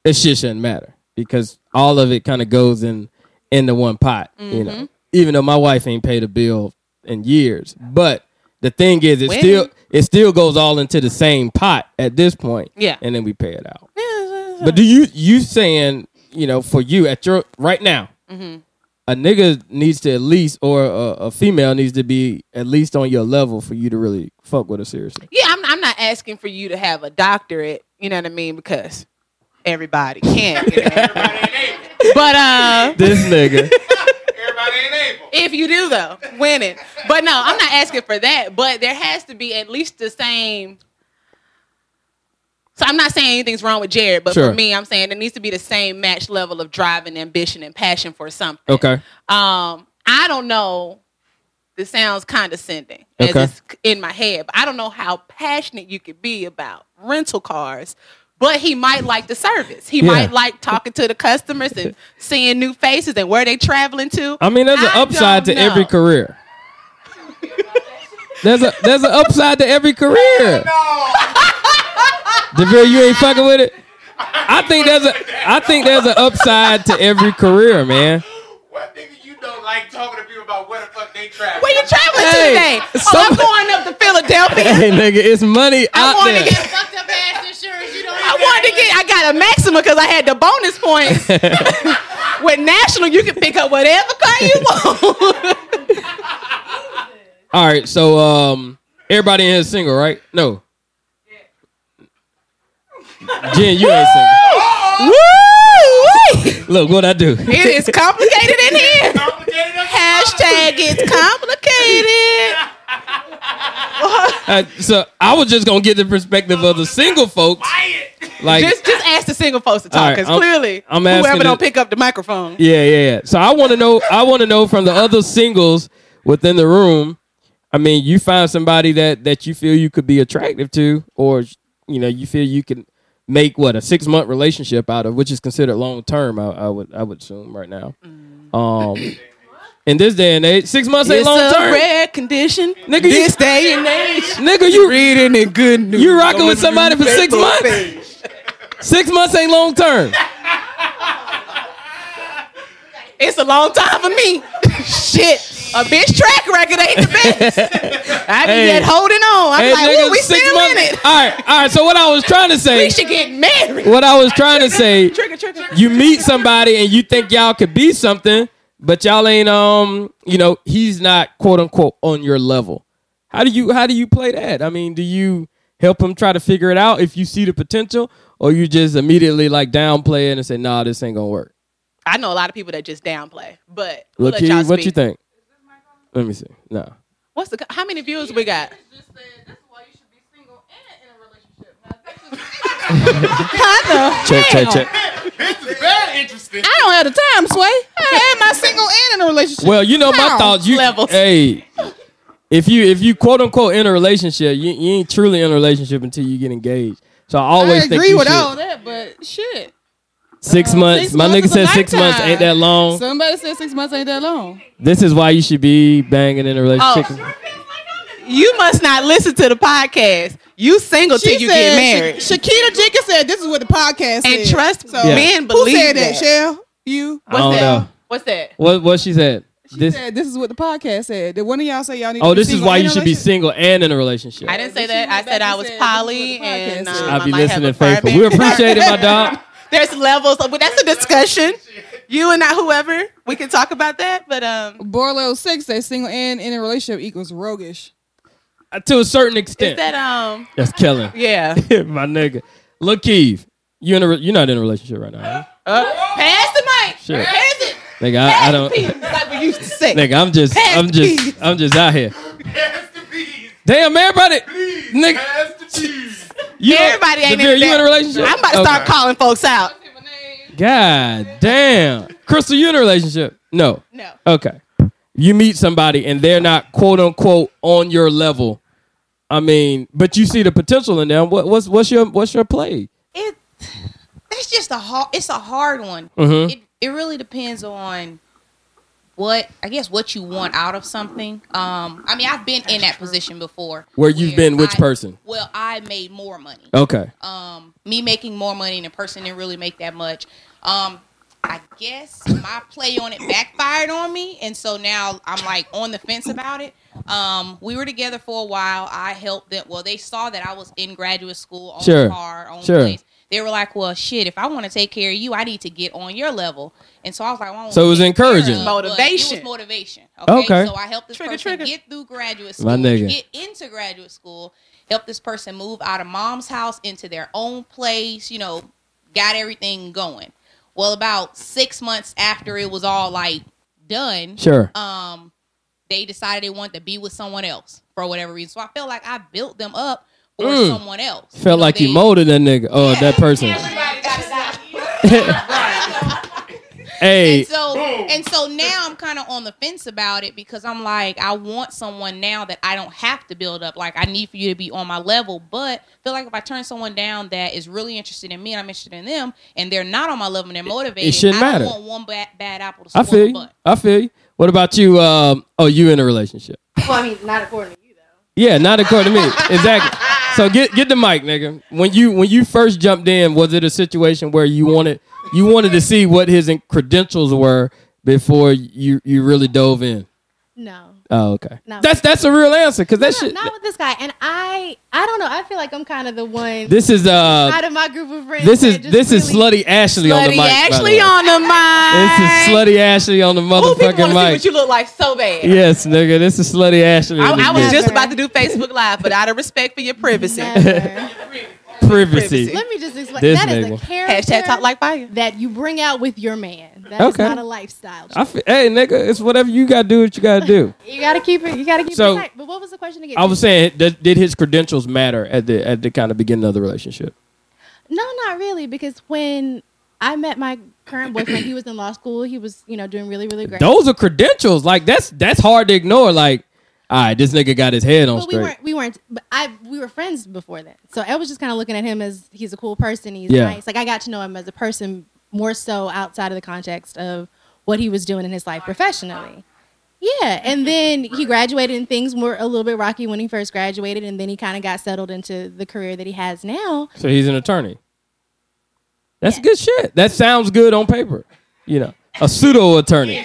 it shit shouldn't matter because all of it kind of goes in into one pot. You Mm-hmm. know, even though my wife ain't paid a bill in years, but the thing is, it When? still it still goes all into the same pot at this point. Yeah. uh, and then we pay it out. But do you you saying you know for you at your right now? Mm-hmm. A nigga needs to at least, or a, a female needs to be at least on your level for you to really fuck with her seriously. yeah. I'm, I'm not asking for you to have a doctorate. You know what I mean? Because everybody can. you know? Everybody ain't able. but uh, This nigga. Everybody ain't able. if you do though, winning. But no, I'm not asking for that. But there has to be at least the same. So I'm not saying anything's wrong with Jared, but Sure. for me, I'm saying there needs to be the same match level of drive and ambition and passion for something. Okay. Um, I don't know. This sounds condescending as Okay. it's in my head, but I don't know how passionate you could be about rental cars. But he might like the service. He Yeah. might like talking to the customers and seeing new faces and where they traveling to. I mean, there's an I upside to don't every know. career. There's a there's an upside to every career. Devere, you ain't fucking with it. I think there's a I think there's an upside to every career, man. What nigga you don't like talking to people about where the fuck they travel? Where you traveling Hey, to today? Oh, some- I'm going up to Philadelphia. Hey, nigga, it's money I out wanted there. to get Fucked up ass insurance. You don't. I wanted to get. I got a Maxima because I had the bonus points. With National, you can pick up whatever car you want. All right, so um, everybody in here is single, right? No. Jen, you ain't single. Woo! Look what I do. It is complicated in here. Complicated as Hashtag it's complicated. Uh, so I was just gonna get the perspective of the single folks. Riot. Like, just just ask the single folks to All talk right, because I'm- clearly I'm asking whoever don't it- pick up the microphone. yeah, yeah, yeah. So I want to know. I want to know from the other singles within the room. I mean, you find somebody that that you feel you could be attractive to, or you know, you feel you can make what a six month relationship out of, which is considered long term. I, I would I would assume right now. Um, in this day and age, six months ain't It's long a term. rare condition. Nigga, you- this day and age. Nigga, you Reading and good news. You rocking with somebody for six months? Six months ain't long term. It's a long time for me. Shit, a bitch track record ain't the best. I be Hey. yet holding on. I'm Hey, like, nigga, ooh, we six still months. in it. All right, all right. So what I was trying to say, We should get married. what I was trying to say, Trigger, trigger, trigger. you meet somebody and you think y'all could be something, but y'all ain't um, you know, he's not quote unquote on your level. How do you how do you play that? I mean, do you help him try to figure it out if you see the potential, or you just immediately like downplay it and say, nah, this ain't gonna work? I know a lot of people that just downplay, but we'll let Look, y'all what speak. you think? Let me see. No. What's the how many views we got? Check, check, check. This is very interesting. I don't have the time, Sway. I am I single and in a relationship. Well, you know my Wow. thoughts. You Levels. hey, if you if you quote unquote in a relationship, you, you ain't truly in a relationship until you get engaged. So I I always think agree you with should- all that, but shit. six months. Six my months nigga is a said six months lifetime. ain't that long. Somebody said six months ain't that long. this is why you should be banging Oh, in a relationship. You must not listen to the podcast. You single till you get married. Sha- Shakita Jenkins said this is what the podcast said. and trust So, Yeah. men Who believe said that, that. Shell? You? I don't that? know What's that? what what she said. She this said this is what the podcast said. Did one of y'all say y'all need oh, to be this is single why and you in a should be relationship? single and in a relationship. I didn't say She that. went I said back I and was said, poly "This is what the podcast is." and um, I'll I be might have listening a faithful. private- We appreciate it, my dog. There's levels. Of, but that's a discussion. You and I, whoever, we can talk about that. But um, Borlo six says single and in a relationship equals roguish. Uh, To a certain is extent, that um, that's killing yeah. my nigga. Look, Keith, you in a re- you're not in a relationship right now. are you? Uh, pass the mic. Shit. Pass it. Nigga, I, I don't. Peace, like we used to say. Nigga, I'm just, Pass I'm the just, peas. I'm just out here. Pass the peas. Damn, everybody, Please. nigga, Pass the peas. you Everybody ain't Devere, in you that. in a relationship? I'm about to start Okay. calling folks out. God damn, Crystal, you in a relationship? No. No. Okay. You meet somebody and they're not quote unquote on your level. I mean, but you see the potential in them. What, what's what's your what's your play? It that's just a hard. It's a hard one. Mhm. It it really depends on what I guess what you want out of something. Um, I mean, I've been in that position before. Where you've been which I- person? Well, I made more money. Okay. um, me making more money and the person didn't really make that much. Um, I guess my play on it backfired on me, and so now I'm like on the fence about it. Um, we were together for a while. I helped them. Well, they saw that I was in graduate school, on Sure. the car, on Sure. the place. They were like, "Well, shit, if I want to take care of you, I need to get on your level." And so I was like, well, I don't So it wanna was take care of, encouraging. but it was Motivation. motivation. Okay? Okay. So I helped this Trigger, person trigger. get through graduate school, My nigga. get into graduate school, helped this person move out of mom's house into their own place, you know, got everything going. Well, about six months after it was all like done, Sure. um, they decided they wanted to be with someone else for whatever reason. So I felt like I built them up for Mm. someone else. Felt like you they- molded that nigga or Yeah. that person. Everybody got to die. Hey, And so and so now I'm kind of on the fence about it because I'm like I want someone now that I don't have to build up. Like I need for you to be on my level, but I feel like if I turn someone down that is really interested in me and I'm interested in them, and they're not on my level and they're motivated, shouldn't I matter. don't want one bad, bad apple to spoil I feel the you. butt. I feel you. What about you? Um, oh, you in a relationship? Well, I mean, not according to you though. Yeah, not according to me. Exactly. So get get the mic, nigga. When you when you first jumped in, was it a situation where you wanted you wanted to see what his in- credentials were before you you really dove in? No. Oh, okay. No. That's that's a real answer because that Not, shit. not with this guy. And I, I don't know. I feel like I'm kind of the one This is uh. out of my group of friends. This that is just this is really- slutty Ashley on the Bloody mic. by the Ashley way. on the This is mic. slutty Ashley on the Ooh, people motherfucking want to see mic. what you look like so bad. Yes, nigga. This is slutty Ashley. in I, I this was bitch. just about to do Facebook Live, but out of respect for your privacy, Never. privacy. Let me just explain. This that is nigga. a character hashtag talk like fire. that you bring out with your man. That's Okay. not a lifestyle. I fe- hey, nigga, it's whatever you gotta do. What you gotta do. You gotta keep it. You gotta keep So- it tight. But what was the question again? I was saying, did, did his credentials matter at the at the kind of beginning of the relationship? No, not really, because when I met my current boyfriend, he was in law school. He was, you know, doing really, really great. Those are credentials. Like that's that's hard to ignore. Like, all right, this nigga got his head on but we straight. weren't. We weren't. But I, we were friends before that. So I was just kind of looking at him as he's a cool person. He's Yeah. nice. Like I got to know him as a person more so outside of the context of what he was doing in his life professionally. Yeah, and then he graduated, and things were a little bit rocky when he first graduated, and then he kind of got settled into the career that he has now. so he's an attorney. That's good shit. That sounds good on paper. You know, a pseudo attorney.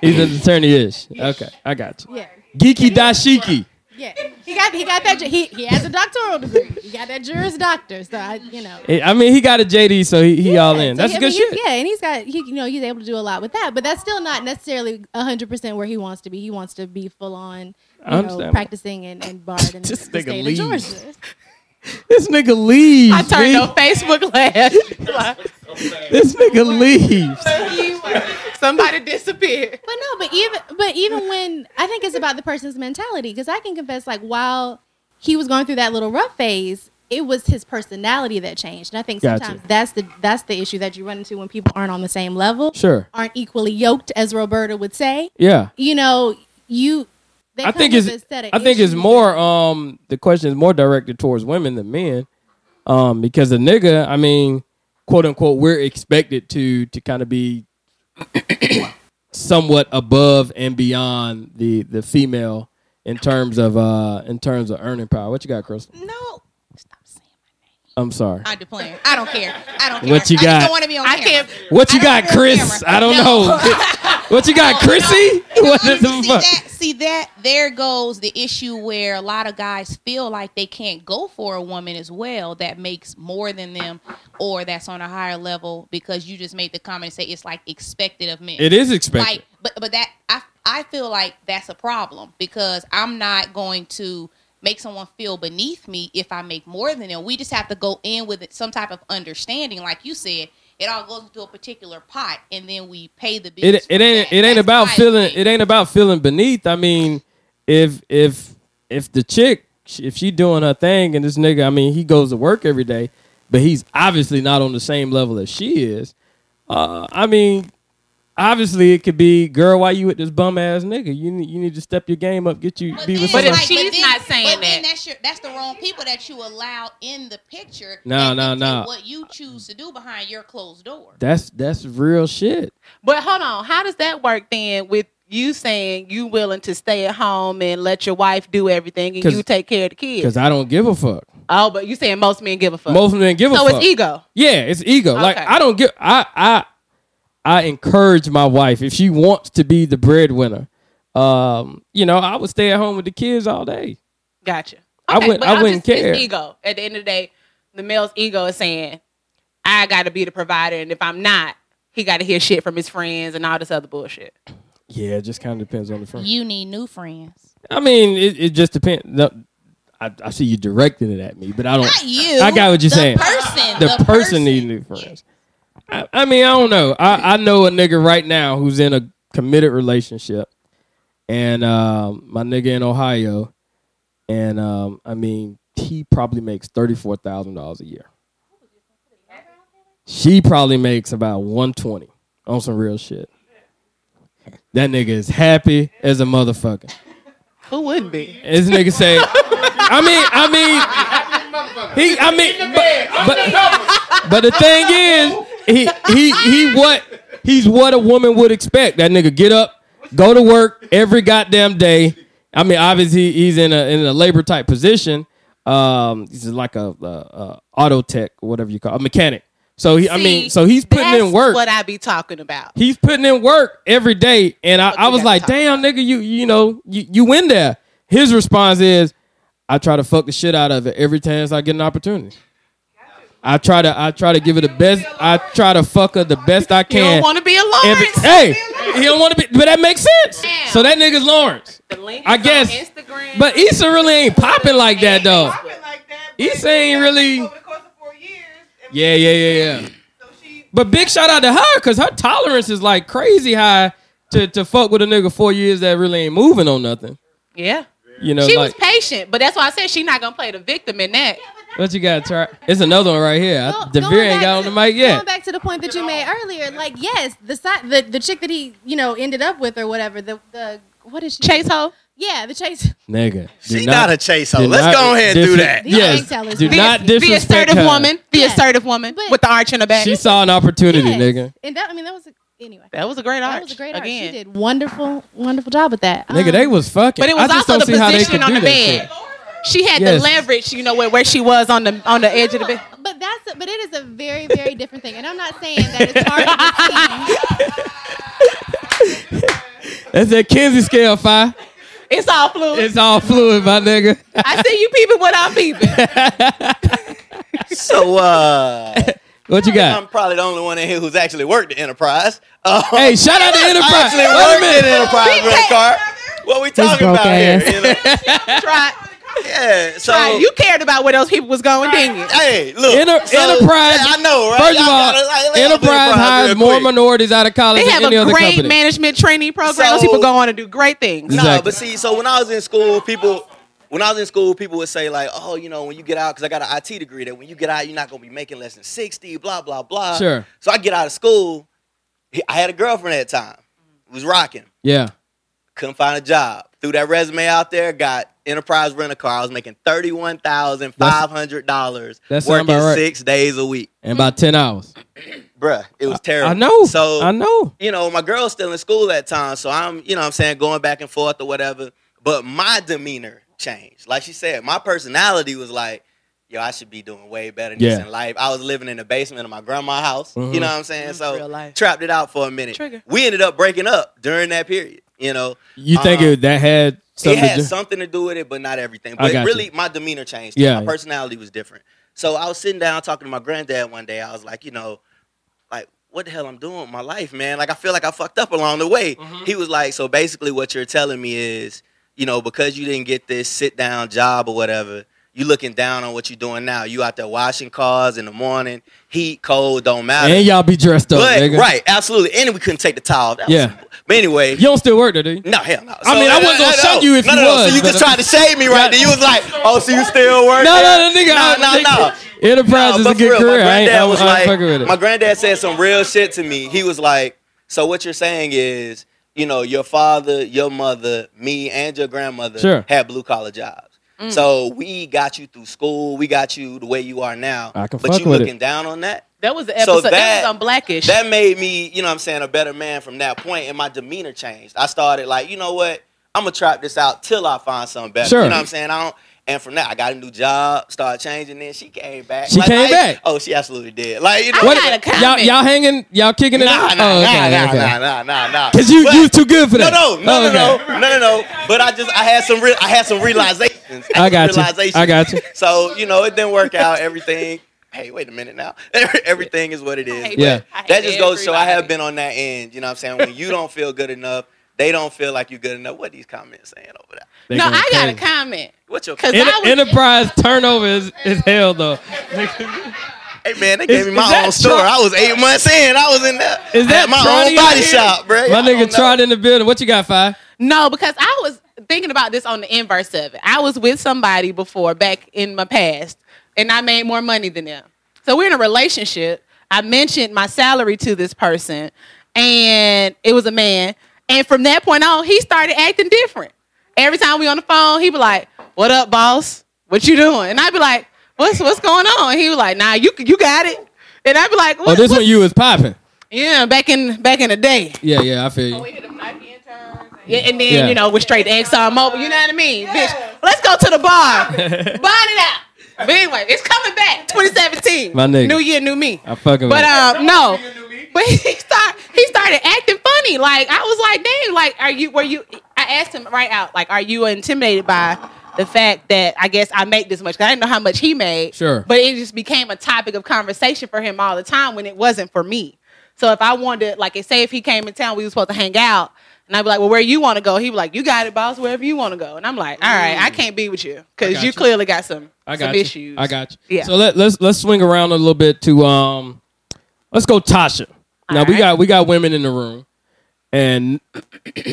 He's an attorney ish. Okay, I got you. Yeah. Geeky dashiki. Yeah, he got he got that ju- he he has a doctoral degree. He got that juris doctor. So I you know. I mean, he got a JD, so he, he all in. So, That's I good mean, he's- shit. Yeah, and he's got he you know he's able to do a lot with that, but that's still not necessarily hundred percent where he wants to be. He wants to be full on, I you know, understand. practicing and, and barred in the This nigga state of leaves. Georgia. This nigga leaves. I turned B. on Facebook Live. This nigga leaves. Somebody disappeared. But no, but even but even when I think it's about the person's mentality, because I can confess, like while he was going through that little rough phase, it was his personality that changed, and I think Gotcha. sometimes that's the that's the issue that you run into when people aren't on the same level, Sure. aren't equally yoked, as Roberta would say. Yeah. You know, you. They I come think with it's a set of I think it's issues. more um the question is more directed towards women than men. Um because a nigga, I mean, quote unquote, we're expected to to kind of be somewhat above and beyond the the female in terms of uh in terms of earning power. What you got, Crystal? No, stop saying. I'm sorry. I'm just playing. I don't care. I don't care. What you I just got? don't want to be on I camera. can't. What you I don't got, have a Chris? camera. I don't No. know. what you got, Chrissy? What Honestly, the see fuck? that see that there goes the issue where a lot of guys feel like they can't go for a woman as well that makes more than them or that's on a higher level because you just made the comment and say it's like expected of men. It is expected. Like, but but that I I feel like that's a problem because I'm not going to make someone feel beneath me if I make more than them. We just have to go in with it- some type of understanding, like you said. It all goes into a particular pot, and then we pay the bills. it it for ain't that. it ain't That's about my feeling thing. it ain't about feeling beneath. I mean, if if if the chick if she doing her thing and this nigga, I mean, he goes to work every day, but he's obviously not on the same level as she is. Uh, I mean, obviously it could be, girl, why you with this bum ass nigga? You need, you need to step your game up, get you be with then, somebody. like- she's not saying but then that. that's your that's the wrong people that you allow in the picture. No, that no, dictate no. What you choose to do behind your closed door. that's that's real shit. But hold on, how does that work then with you saying you willing to stay at home and let your wife do everything and 'Cause- you take care of the kids? Cause I don't give a fuck. Oh, but you saying most men give a fuck. Most men give a so fuck. it's ego. Yeah, it's ego. Like Okay. I don't get. I I I encourage my wife if she wants to be the breadwinner. Um, you know, I would stay at home with the kids all day. Gotcha. Okay, I wouldn't- but I I'm wouldn't just- care. It's ego. At the end of the day, the male's ego is saying, "I got to be the provider, and if I'm not, he got to hear shit from his friends and all this other bullshit." Yeah, it just kind of depends on the friend. You need new friends. I mean, it, it just depends. No, I, I see you directing it at me, but I don't. Not you. I got what you're the saying. Person, the, person, need new friends. I, I mean, I don't know. I, I know a nigga right now who's in a committed relationship, and um, my nigga in Ohio, and um, I mean he probably makes thirty four thousand dollars a year. She probably makes about one twenty on some real shit. That nigga is happy as a motherfucker. Who wouldn't be? And this nigga say, I mean, I mean, he, I mean, but, but, but the thing is, he, he, he, what, he's what a woman would expect. That nigga get up, go to work every goddamn day. I mean, obviously he's in a in a labor type position. Um, he's like a, a, a auto tech, whatever you call a mechanic. So he, I mean, See, so he's putting in that's work What I be talking about. he's putting in work every day. And I, What you I was gotta like, talk damn, nigga, you you know, you, you in there. His response is, I try to fuck the shit out of it every chance I get an opportunity. I try to I try to give her the best I try to fuck her the best I You don't can. want to be a Every, Lawrence. hey, he don't want to be but that makes sense. So that nigga's Lawrence. The link I is on guess. Instagram. But Issa really ain't popping like that though. Issa ain't really the course of four years, and Yeah, yeah, yeah, yeah. But big shout out to her because her tolerance is like crazy high to, to fuck with a nigga four years that really ain't moving on nothing. yeah, You know, she was like patient, but that's why I said she not gonna play the victim in that. what you got, try. It's another one right here. Go- The going Devere ain't back got on to- the mic Going yet. back to the point that you made earlier, like yes, the side, the, the chick that he you know ended up with or whatever, the the what is she? Chase ho. Yeah, the chase. Nigga, do She's not, a chase hoe. do Let's not go ahead and do dis- that. These Yes, bank tellers do are- not the, the disrespect assertive her. woman. The Yeah. assertive woman But- with the arch in the back. She saw an opportunity, Yes. nigga. And that I mean that was a, anyway. that was a great arch. That was a great Again. art. She did wonderful, wonderful job with that. Nigga, Um, they was Uh-huh. fucking. But it was I just also the don't see how they position could on do the that bed. shit. She had Yes. the leverage, you know, where, where she was on the on the edge of the bed. But that's but it is a very very different thing, and I'm not saying that it's hard to see. That's that Kinsey scale, five. It's all fluid. It's all fluid, my nigga. I see you peeping without peeping. So uh What you got? I'm probably the only one in here who's actually worked at Enterprise. Uh, Hey, shout out to I Enterprise. actually Wait a worked minute. at Enterprise Rent Car. What we talking broke about here? ass. you know? Try, Yeah. So try. You cared about where those people was going, didn't you? Hey, look. Enter- so- Enterprise- Yeah, I know, right? First of Y'all all, gotta, like, let's do Enterprise hires real more quick. minorities out of college They than have any a other great company. management training program. those So- people go on and do great things. No. No, Exactly. but see, so when I was in school, people, when I was in school, people would say like, oh, you know, when you get out, because I got an IT degree, that when you get out, you're not gonna be making less than sixty, blah blah blah. Sure. So I get out of school. I had a girlfriend at the time. Was rocking. Yeah. Couldn't find a job. Threw that resume out there. Got enterprise rent a car. I was making thirty one thousand five hundred dollars That working sound about right. six days a week. In about 10 hours. Bruh, it was terrible. I know. So I know. you know, my girl's still in school at times, so I'm, you know, what I'm saying going back and forth or whatever. But my demeanor changed. Like she said, my personality was like, yo, I should be doing way better than Yeah. this in life. I was living in the basement of my grandma's house. Mhm. You know what I'm saying? So real life. trapped it out for a minute. Trigger. We ended up breaking up during that period. You know, You think Um, it, that had something it had to do? something to do with it, but not everything. I But got really, my demeanor changed. Yeah, my yeah. personality was different. So I was sitting down talking to my granddad one day. I was like, you know, like what the hell I'm doing with my life, man? Like I feel like I fucked up along the way. He was like, so basically, what you're telling me is, you know, because you didn't get this sit down job or whatever. You looking down on what you're doing now. You out there washing cars in the morning, heat, cold, don't matter. and y'all be dressed up, but, nigga. right, absolutely. And we couldn't take the towel. That was- Yeah. but anyway, You don't still work there, do you? no, hell no. I mean, I wasn't gonna shun you if no, you no, no. was, So you but- just tried to shade me right there. You was like, oh, so you still working? No, no, no, nigga. I- No, no, no. nigga, Enterprise No, is a but for good real, career. My I ain't, granddad I'm, was I'm like, fucking with it. my granddad said some real shit to me. He was like, so what you're saying is, you know, your father, your mother, me, and your grandmother Sure. had blue collar jobs. Mm. So we got you through school. We got you the way you are now. I can but fuck you with it. looking down on that? That was the So episode. that, that- was on Blackish. that made me, you know what I'm saying, a better man from that point, and my demeanor changed. I started like, you know what, I'm gonna trap this out till I find something better. Sure. You know what I'm saying? I don't and from that I got a new job, started changing then she came back. She Like, came like- back. Oh, she absolutely did. Like, you know What- got a comment. y'all, y'all hanging? Y'all kicking it Nah, nah, out? oh, okay, nah, nah, okay. nah, nah, nah, nah. Cause you, But- you was too good for no, that. no, no, Oh, okay. no, no, no, no, no. But I just, I had some, real, I had some realizations. had I some got you. realizations. I got you. So you know, it didn't work out. Everything. Hey, wait a minute now. Everything is what it is. I hate But Yeah. I hate That just goes to show I have everybody. been on that end. You know what I'm saying? When you don't feel good enough, they don't feel like you're good enough. What these comments saying over there? They No, going I got a crazy. comment. What your Cause hey Enter- I was- Enterprise turnover is, is hell though. man? They gave me is- is my that own store. Tron- I was eight months in. I was in there. Is I that had my Tron in own your body head? shop, bro? My nigga tried in the building. What you got, Fi? No, because I was thinking about this on the inverse of it. I was with somebody before back in my past, and I made more money than them. So we're in a relationship. I mentioned my salary to this person, and it was a man. And from that point on, he started acting different. Every time we on the phone, he'd be like, "What up, boss? What you doing?" And I'd be like, "What's what's going on?" And he was like, "Nah, you you got it." And I'd be like, Oh, what, this what- one you was popping. Yeah, back in back in the day. Yeah, yeah, I Oh, feel you. Yeah, and then Yeah. you know we're straight to Exxon Mobil. You know what I mean, bitch? Let's go to the bar, bond it out. But anyway, it's coming back, 2017. My nigga. New year, new me. I fucking But um, no. But he start he started acting funny. Like I was like, dang, like are you were you I asked him right out, like, are you intimidated by the fact that I guess I make this much? 'Cause I didn't know how much he made. Sure. But it just became a topic of conversation for him all the time when it wasn't for me. So if I wanted to, like say if he came in town, we was supposed to hang out. And I'd be like, well, where you want to go? He'd be like, you got it, boss, wherever you want to go. And I'm like, all right, I can't be with you Mm. I because got you, you. clearly got some, I some got you. issues. I got you. Yeah. So let, let's let's swing around a little bit to um, let's go Tasha. Now we got we got women in the room, and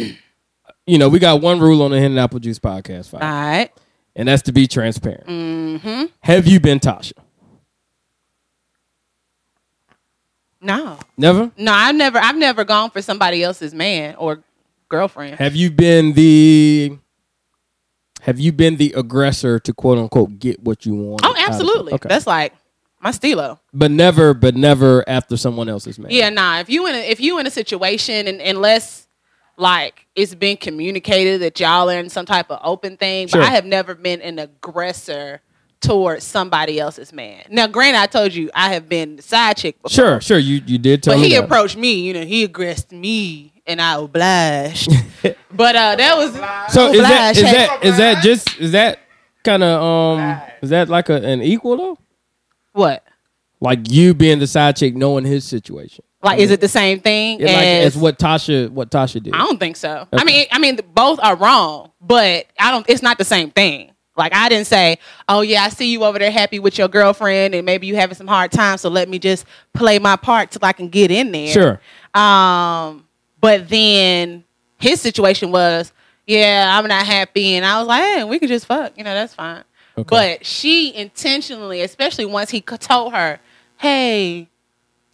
you know we got one rule on the Hen and Apple Juice podcast. Five, All right. and that's to be transparent. Mm-hmm. Have you been Tasha? No. Never. No, I've never I've never gone for somebody else's man or girlfriend. Have you been the Have you been the aggressor to quote unquote get what you want? Oh, absolutely. Okay. That's like my stilo. but never, but never after someone else's man. Yeah, nah. If you in a, if you in a situation and unless like it's been communicated that y'all are in some type of open thing, Sure. but I have never been an aggressor towards somebody else's man. Now, granted, I told you I have been the side chick before. Sure, sure. You you did tell but me he that. approached me, you know, he aggressed me and I obliged. but uh that was So is obliged, that is hey. that is that just is that kind of um is that like a, an equal though? What? Like you being the side chick, knowing his situation. Like, is it the same thing? It, like as- it's what Tasha what Tasha did. I don't think so. Okay. I mean, I mean, both are wrong, but I don't. It's not the same thing. Like I didn't say, "Oh yeah, I see you over there happy with your girlfriend, and maybe you having some hard time, so let me just play my part till I can get in there." Sure. Um, but then his situation was, "Yeah, I'm not happy," and I was like, "Hey, we could just fuck. You know, that's fine." But she intentionally, especially once he c- told her, "Hey,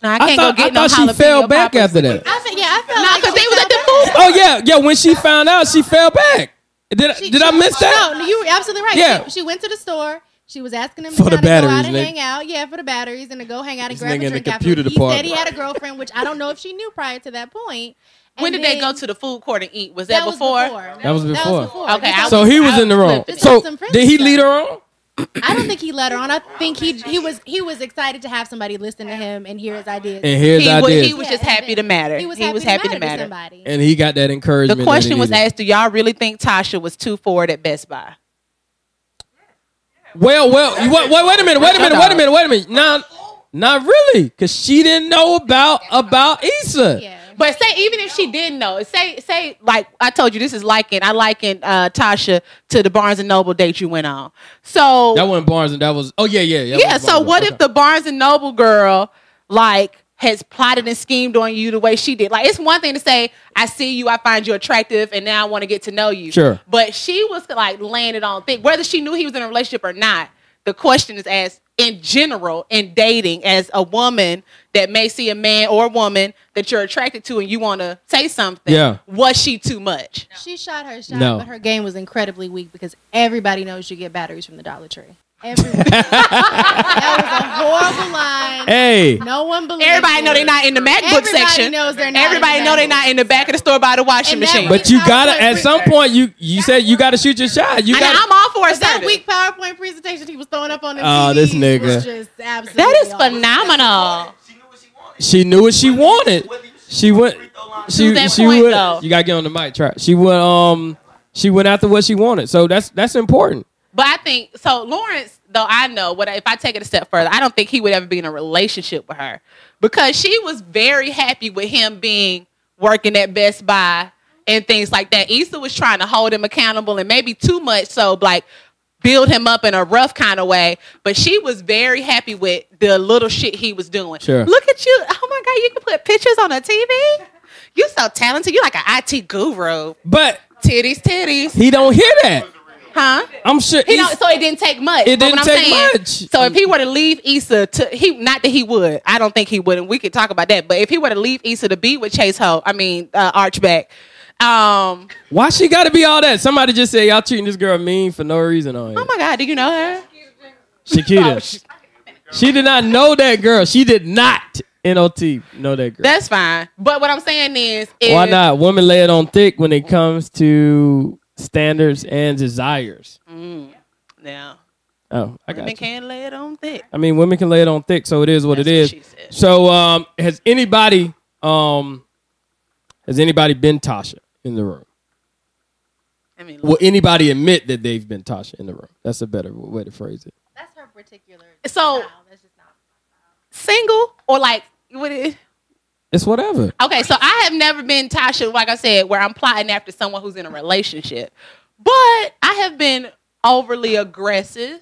no, I I can't thought, go get I no thought jalapeno she fell back poppers." after that. I feel, yeah, I felt Nah, like 'cause she they was felt at the bad. food. Oh yeah, yeah. When she found out, she fell back. Did I, did I miss that? No, you were absolutely right. Yeah. She, she went to the store. She was asking him For to, the kinda go out batteries, and nigga. hang out. Yeah, for the batteries and to go hang out and This grab nigga a in the drink after. computer he department. said he had a girlfriend, which I don't know if she knew prior to that point. When And did they then- go to the food court and eat? Was that, That was before? before. That was That before. was before. Okay, I So he was in the wrong. Just So some friends did he stuff. lead her on? I don't think he let her on. I think he he was he was excited to have somebody listen to him and hear his ideas. And here's He wa- ideas. he was just happy to matter. He was He happy, was happy to matter. somebody. and he got that encouragement. The that he question was needed. asked: Do y'all really think Tasha was too forward at Best Buy? Well, well, you- wait, wait, wait a minute, wait a minute, wait a minute, wait a minute. Now, not really, because she didn't know about about Issa. But say even if she didn't know, say say like I told you, this is liking I liken uh, Tasha to the Barnes and Noble date you went on. So That wasn't Barnes, and that was oh yeah, yeah, yeah. So what if the Barnes and Noble girl like has plotted and schemed on you the way she did? Like it's one thing to say I see you, I find you attractive, and now I want to get to know you. Sure. But she was like laying it on thick, whether she knew he was in a relationship or not. The question is asked in general in dating as a woman that may see a man or a woman that you're attracted to and you want to say something. Yeah. Was she too much? She shot her shot, No. but her game was incredibly weak because everybody knows you get batteries from the Dollar Tree. Everybody. that was a horrible line. Hey, No one believes. Everybody know they're not in the MacBook Everybody section. knows they're not. Everybody in the know they're MacBook. not in the back of the store by the washing And that machine. but you I gotta was at some point you you said you gotta shoot your shot. Uh, You I mean, got I'm all for it. That weak PowerPoint presentation he was throwing up on the Oh, this nigga. was just absolutely. That is awful. phenomenal. She knew what she wanted. She went. She To that she point, went. though. You gotta get on the mic. Try. She went. Um. She went after what she wanted. So that's that's important. But I think so. Lawrence, though, I know what if I take it a step further, I don't think he would ever be in a relationship with her because she was very happy with him being working at Best Buy and things like that. Issa was trying to hold him accountable and maybe too much, so like build him up in a rough kind of way. But she was very happy with the little shit he was doing. Sure. Look at you! Oh my God, you can put pictures on a TV. You so talented. You're like an IT guru. But titties, titties. He don't hear that. Huh? I'm sure He Issa- don't, so it didn't take much. It but what didn't I'm take saying, much. So if he were to leave Issa to he not that he would, I don't think he would, and we could talk about that. But if he were to leave Issa to be with Chase Ho, I mean uh, Archback, um, Why she got to be all that? Somebody just said y'all treating this girl mean for no reason on oh my God, do you know her? Shakita. she did not know that girl. She did not not know that girl. That's fine. But what I'm saying is, is Why not? Women lay it on thick when it comes to standards and desires. Mm, now Oh, I got women you. can lay it on thick. I mean, women can lay it on thick, so it is what it is. so, um, has anybody, um, has anybody been Tasha in the room? I mean, Will anybody admit that they've been Tasha in the room? That's a better way to phrase it. So single or like what? Is, It's whatever. Okay, so I have never been Tasha, like I said, where I'm plotting after someone who's in a relationship. But I have been overly aggressive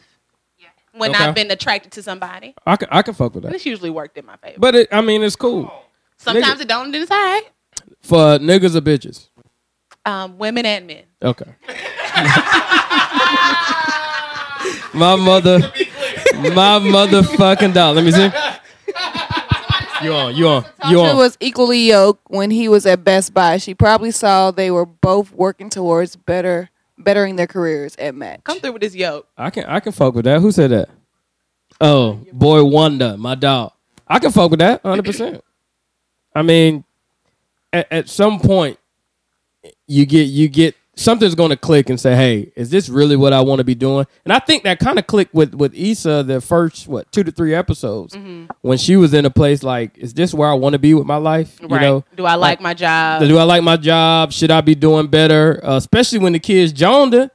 when Okay. I've been attracted to somebody. I can, I can fuck with And that. it's usually worked in my favor. But it, I mean, it's cool Sometimes it don't, and it's all right. for niggas or bitches. Um, women and men. Okay. my mother, my motherfucking dog. Let me see. You on? You on? You Tasha on? was equally yoked when he was at Best Buy. She probably saw they were both working towards better bettering their careers at Match. Come through with this yoke. I can I can fuck with that. Who said that? Oh, boy Wonder, my dog. I can fuck with that 100%. I mean, at, at some point you get you get something's going to click and say, "Hey, is this really what I want to be doing?" And I think that kind of clicked with with Issa the first what, 2 to 3 episodes when she was in a place like, "Is this where I want to be with my life?" You Right. know. Do I like my job? Do I like my job? Should I be doing better? Uh, especially when the kids joned her.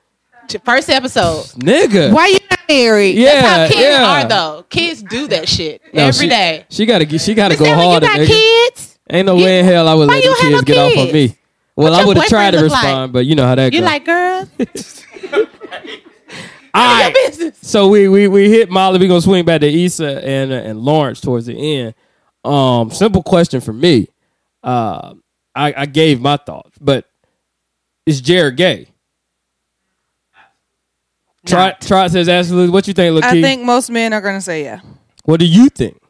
First episode. Nigga. Why you not married? Yeah, That's how kids yeah. are though. Kids do that shit No, every she, day. She gotta get. She gotta Miss go Emily, you harder. got nigga. kids? Ain't no way in hell I would Why let you them don't kids have no get off on kids? me. Well, What I your would have tried to boyfriend look like? respond, but you know how that You goes. like girls? All right. So we we we hit Molly. We gonna swing back to Issa and uh, and Lawrence towards the end. Um, simple question for me. Uh, I, I gave my thoughts, but is Jared gay? Trot, Trot says absolutely. What you think, Lakeith? I think most men are gonna say yeah. What do you think?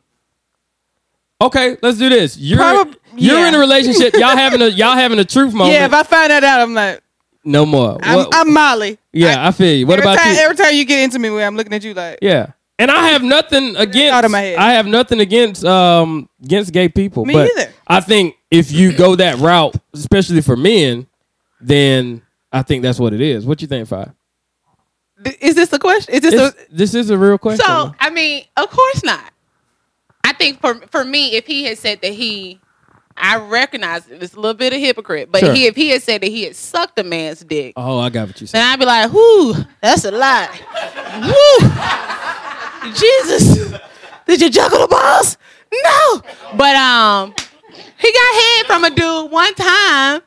Okay, let's do this. You're Probab- you're yeah. in a relationship. Y'all having a y'all having a truth moment. Yeah, if I find that out, I'm like, no more. I'm, What- I'm Molly. yeah, I, feel you. What every about time, you? Every time you get into me, I'm looking at you like, yeah, and I have nothing against. out of my head. I have nothing against um against gay people. Me but either. I think if you go that route, especially for men, then I think that's what it is. What you think, Fi? Is this a question? Is this a It's- this is a real question? So I mean, of course not. I think for for me, if he had said that he, I recognize it, it's a little bit of hypocrite, but Sure. he if he had said that he had sucked a man's dick, oh, I got what you said. then I'd be like, whoo, that's a lot. Woo, Jesus, did you juggle the balls? No, but um, he got head from a dude one time.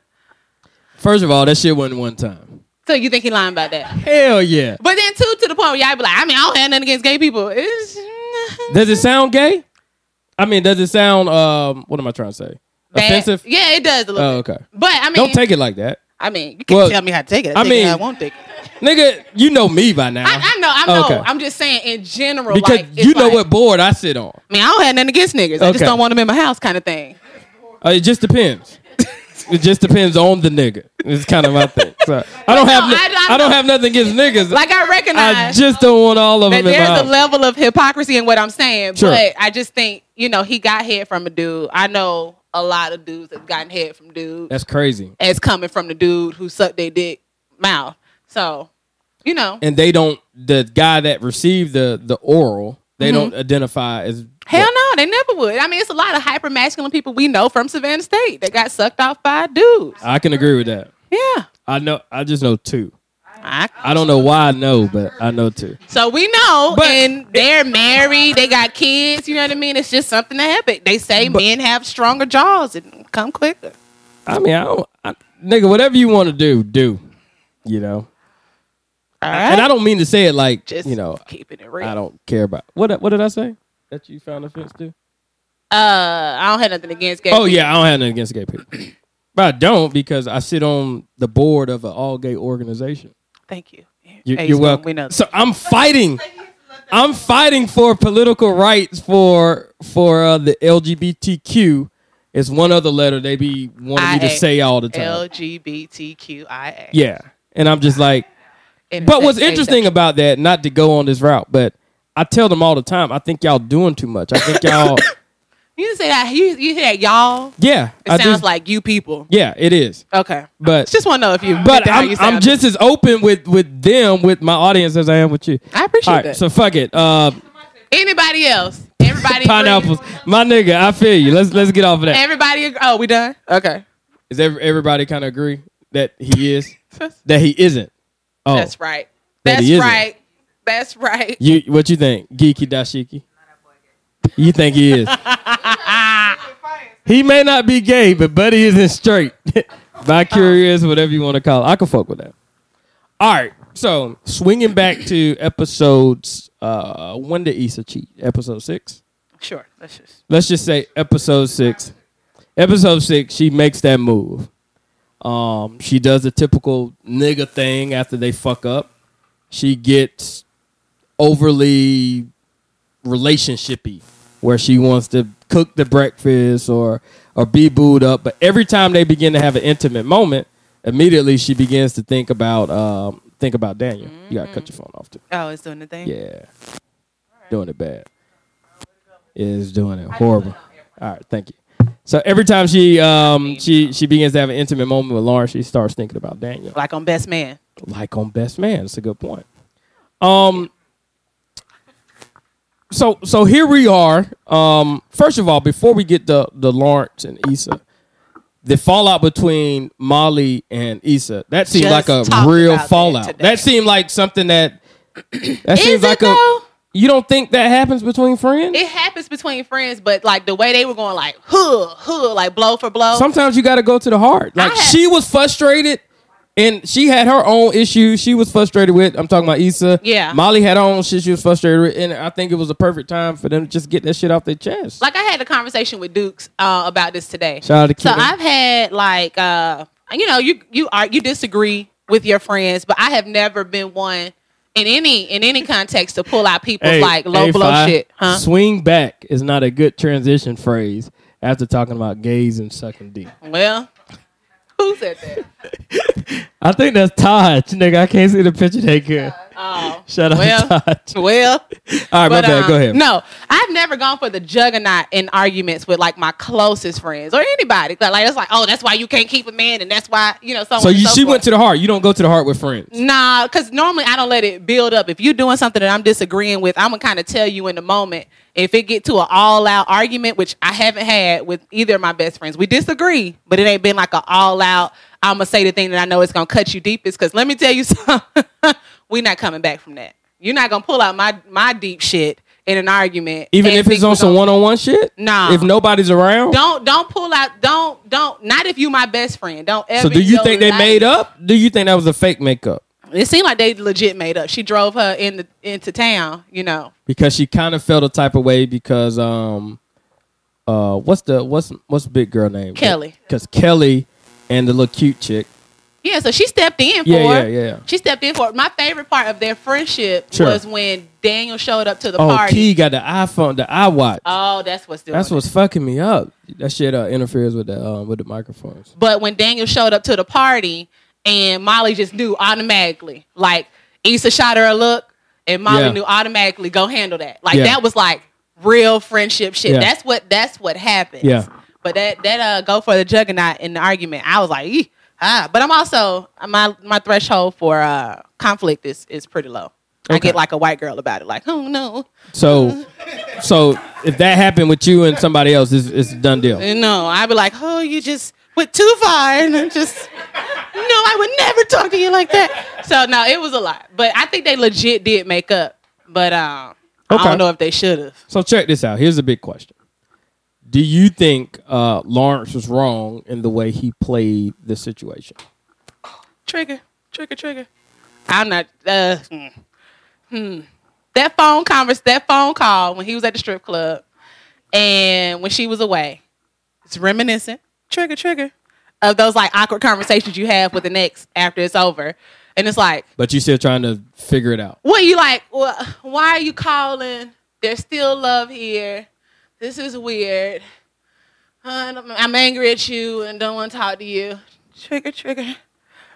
First of all, that shit wasn't one time. So you think he lying about that? Hell yeah. But then too, to the point where y'all be like, I mean, I don't have nothing against gay people. It's Does it sound gay? I mean, does it sound um what am I trying to say? bad. Offensive? Yeah, it does a little. Oh, bit. okay. But I mean, Don't take it like that. I mean, you can't Well, tell me how to take it. I, I take mean, mean- it, I won't take it. Nigga, you know me by now. I know, I know. Okay. I'm just saying in general, because like, you know like, what board I sit on. I mean, I don't have nothing against niggas. I just Okay. don't want them in my house, kind of thing. Uh, it just depends. it just depends on the nigga. It's kind of my thing. So, I don't have no, I, don't have nothing against niggas. Like I recognize, I just don't want all of that them in my there's a house. level of hypocrisy in what I'm saying, Sure. but I just think you know he got head from a dude. I know a lot of dudes have gotten head from dudes. That's crazy. as coming from the dude who sucked their dick mouth. So, you know, And they don't the guy that received the the oral, they Mm-hmm. don't identify as hell no, they never would. I mean, it's a lot of hyper masculine people we know from Savannah State that got sucked off by dudes. I can agree with that. Yeah. I know I just know two. I, don't know why I know, but I know two. So we know, and they're married, they got kids. You know what I mean? It's just something that happened. They say men have stronger jaws and come quicker. I mean, I don't, I, nigga, whatever you want to do, do. You know. And I don't mean to say it like you know. Keeping it real. I don't care about what. What did I say? That you found offense to? Uh, I don't have nothing against gay. Oh yeah, I don't have nothing against gay people. But I don't because I sit on the board of an all gay organization. Thank you. You, Hey, you're so welcome. we know So I'm fighting. I'm fighting for political rights for for uh, the LGBTQ. It's one other letter they be wanting me to say all the time. LGBTQIA. yeah, and I'm just like. And But what's they- they- interesting about that, not to go on this route, but I tell them all the time, I think y'all doing too much. I think y'all, You say that you you hear that y'all. yeah. It I sounds just- like you people. Yeah, it is. Okay. But Just want to know if you. But that's how I'm, you sound. I'm just as open with with them, with my audience, as I am with you. I appreciate All right, that. So fuck it. Uh, Anybody else? Everybody. pineapples, my nigga. I feel you. Let's let's get off of that. Everybody. ag- Oh, we done. Okay. Is ev- everybody kind of agree that he is that he isn't? Oh, That's right. That That's he isn't. right. That's right. You what you think, geeky dashiki? You think he is? he may not be gay, but buddy isn't straight. Vicurious, whatever you want to call it. I can fuck with that. All right, so swinging back to episodes. Uh, when did Issa cheat? Episode six. Sure. Let's just. Let's just say episode six. Episode six, she makes that move. Um, she does the typical nigga thing after they fuck up. She gets overly relationshipy, where she wants to cook the breakfast or or be booed up. But every time they begin to have an intimate moment, immediately she begins to think about um, think about Daniel. You gotta cut your phone off too. Oh, it's doing the thing. Yeah. Doing it bad. Is doing it horrible. All right, thank you. So every time she um she she begins to have an intimate moment with Lauren, she starts thinking about Daniel. Like on Best Man. Like on Best Man. That's a good point. Um so so here we are. Um first of all, before we get the the Lawrence and Issa, the fallout between Molly and Issa, that seemed Just like a talked real about that fallout. That, seemed like something that that seems like a you don't think that happens between friends? It happens between friends, but like the way they were going, like huh, huh, like blow for blow. Sometimes you got to go to the heart. Like she was frustrated, and she had her own issues. She was frustrated with. I'm talking about Issa. Yeah. Molly had her own shit. She was frustrated with, and I think it was a perfect time for them to just get that shit off their chest. Like I had a conversation with Dukes uh, about this today. Shout out to so Keaton. I've had like uh, you know you you are you disagree with your friends, but I have never been one in any in any context to pull out people like low hey, blow Fi, shit, huh? Swing back is not a good transition phrase after talking about gays and sucking dick. Well, who said that? I think that's Todd, nigga. I can't see the picture they good. Oh, Shut up, well, Todd. Well, All right, my But, bad. um, Go ahead. No, I've never gone for the juggernaut in arguments with like my closest friends or anybody. But, Like it's like, oh, that's why you can't keep a man, and that's why you know. So, on So and you, so she forth. went to the heart. You don't go to the heart with friends. Nah, because normally I don't let it build up. If you're doing something that I'm disagreeing with, I'm gonna kind of tell you in the moment. If it get to an all-out argument, which I haven't had with either of my best friends, we disagree, but it ain't been like an all-out. I'm gonna say the thing that I know is gonna cut you deepest. Because let me tell you something, we're not coming back from that. You're not gonna pull out my my deep shit in an argument, Even and if it's think on we're some gonna- one on one shit? Nah. If nobody's around? Don't don't pull out. Don't don't. Not if you my best friend. Don't ever. so do in you your think they life- made up? Do you think that was a fake makeup? It seemed like they legit made up. She drove her in the, into town, you know. Because she kind of felt a type of way because um uh what's the what's what's the big girl name? Kelly. Because Kelly and the little cute chick. Yeah, so she stepped in for Yeah, her. yeah, yeah. She stepped in for her. My favorite part of their friendship Sure. was when Daniel showed up to the oh, party. Key got the iPhone, the iWatch. Oh, that's what's doing. That's what's fucking me up. That shit uh, interferes with the um, with the microphones. But when Daniel showed up to the party and Molly just knew automatically, like Issa shot her a look and Molly Yeah. knew automatically go handle that. Like Yeah. that was like real friendship shit. Yeah. That's what that's what happened. Yeah. But that that uh go for the juggernaut in the argument, I was like, "Eeh, ah. But I'm also my my threshold for uh conflict is is pretty low. I Okay. get like a white girl about it, like, oh no, So so if that happened with you and somebody else, it's, it's a done deal. no. I'd be like, oh, you just went too far, and I'm just no, I would never talk to you like that. So no, it was a lot, but I think they legit did make up. But um, I Okay. don't know if they should have. So check this out. Here's a big question. Do you think uh, Lawrence was wrong in the way he played the situation? Trigger, trigger, trigger. I'm not. Uh, hmm. hmm. That phone converse, that phone call when he was at the strip club, and when she was away, it's reminiscent. Trigger, trigger. of those like awkward conversations you have with the next after it's over. And it's like, But you still trying to figure it out. what you like? Well, why are you calling? There's still love here. This is weird. Uh, I'm angry at you and don't want to talk to you. Trigger, trigger.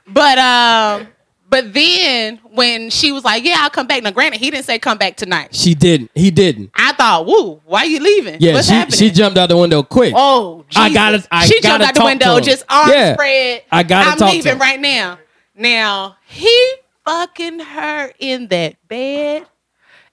But um, but then when she was like, "Yeah, I'll come back." Now, granted, he didn't say come back tonight. She didn't. He didn't. I thought, "Woo, why you leaving? Yeah, What's she happening?" she jumped out the window quick. Oh, Jesus. I gotta. I she gotta jumped out the talk window, to him. just arms yeah. spread. I gotta I'm talk to leaving him. right now. Now he fucking her in that bed,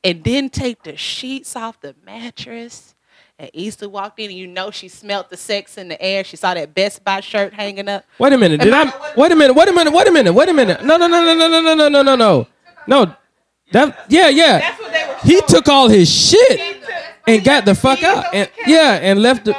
and then take the sheets off the mattress. And Easter walked in, and you know she smelled the sex in the air. She saw that Best Buy shirt hanging up. Wait a minute. Am Did I? Wait a minute. Wait a minute. Wait a minute. Wait a minute. No, no, no, no, no, no, no, no, no, no. No. That. Yeah, yeah. That's what they were. He took all his shit and got the fuck out. And yeah, and left the.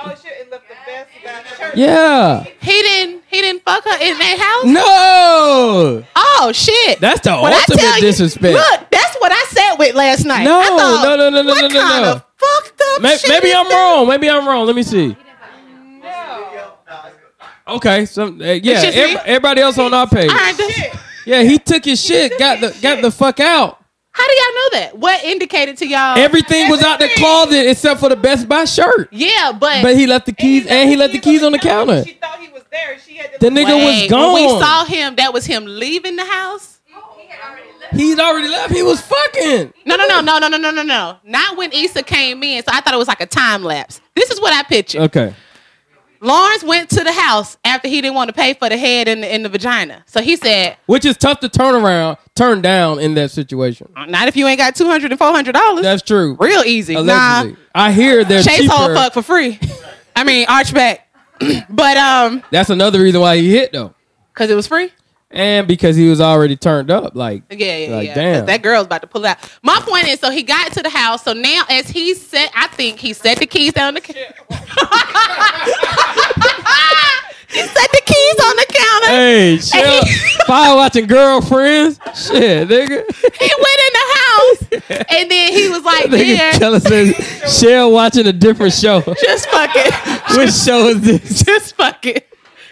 Yeah. He didn't. He didn't fuck her in that house. No. Oh shit. That's the When I ultimate tell you- disrespect. Look, that's what I said with last night. No, I thought, no, no, no, no, what no, no, kind no. Of fucked up May- shit maybe is I'm that? wrong. Maybe I'm wrong. Let me see. Okay, so uh, yeah, It's just every- me? everybody else on our page. All right, that's- Yeah, he took his shit, got the got the fuck out. How do y'all know that? What indicated to y'all? Everything was out the closet except for the Best Buy shirt. Yeah, but But he left the keys and he left the keys on the counter. She thought he was there. The nigga was Wait, When we gone. saw him, that was him leaving the house. He's already left. He was fucking. No, no, no, no, no, no, no, no, no. Not when Issa came in. So I thought it was like a time lapse. This is what I pictured. Okay. Lawrence went to the house after he didn't want to pay for the head and the, and the vagina. So he said, Which is tough to turn around, turn down in that situation. Uh, "Not if you ain't got two hundred and four hundred dollars." That's true. Real easy. Allegedly. Nah. I hear they're Chase cheaper. whole fuck for free. I mean, Archback. but um, That's another reason why he hit though. cause it was free. And because he was already turned up. Like Yeah, yeah, Like, yeah. 'Cause damn. That girl's about to pull out. My point is, so he got to the house. So now, as he set, I think he set the keys down the. he set the keys on the counter. Hey, chill. Fire watching girlfriends. Shit, nigga. He went in the house, and then he was like, "There, nigga Keller says Shell watching a different show. just fuck it." Which show is this? Just fuck it.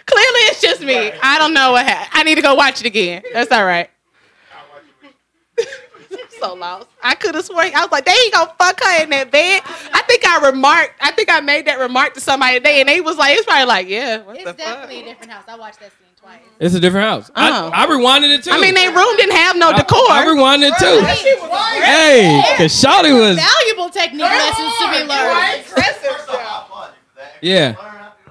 Clearly, it's just me. I don't know what happened. I need to go watch it again. That's all right. I'm so lost. I could have sworn I was like, they ain't gonna fuck her in that bed. I think I remarked. I think I made that remark to somebody today, and they was like, it's probably like, yeah. What the It's definitely a different house. I watched that scene twice. It's a different house. Oh. I, I rewinded it too. I mean, their room didn't have no decor. I rewinded it too. Hey, cause Shawty was valuable technique lessons to be learned. yeah.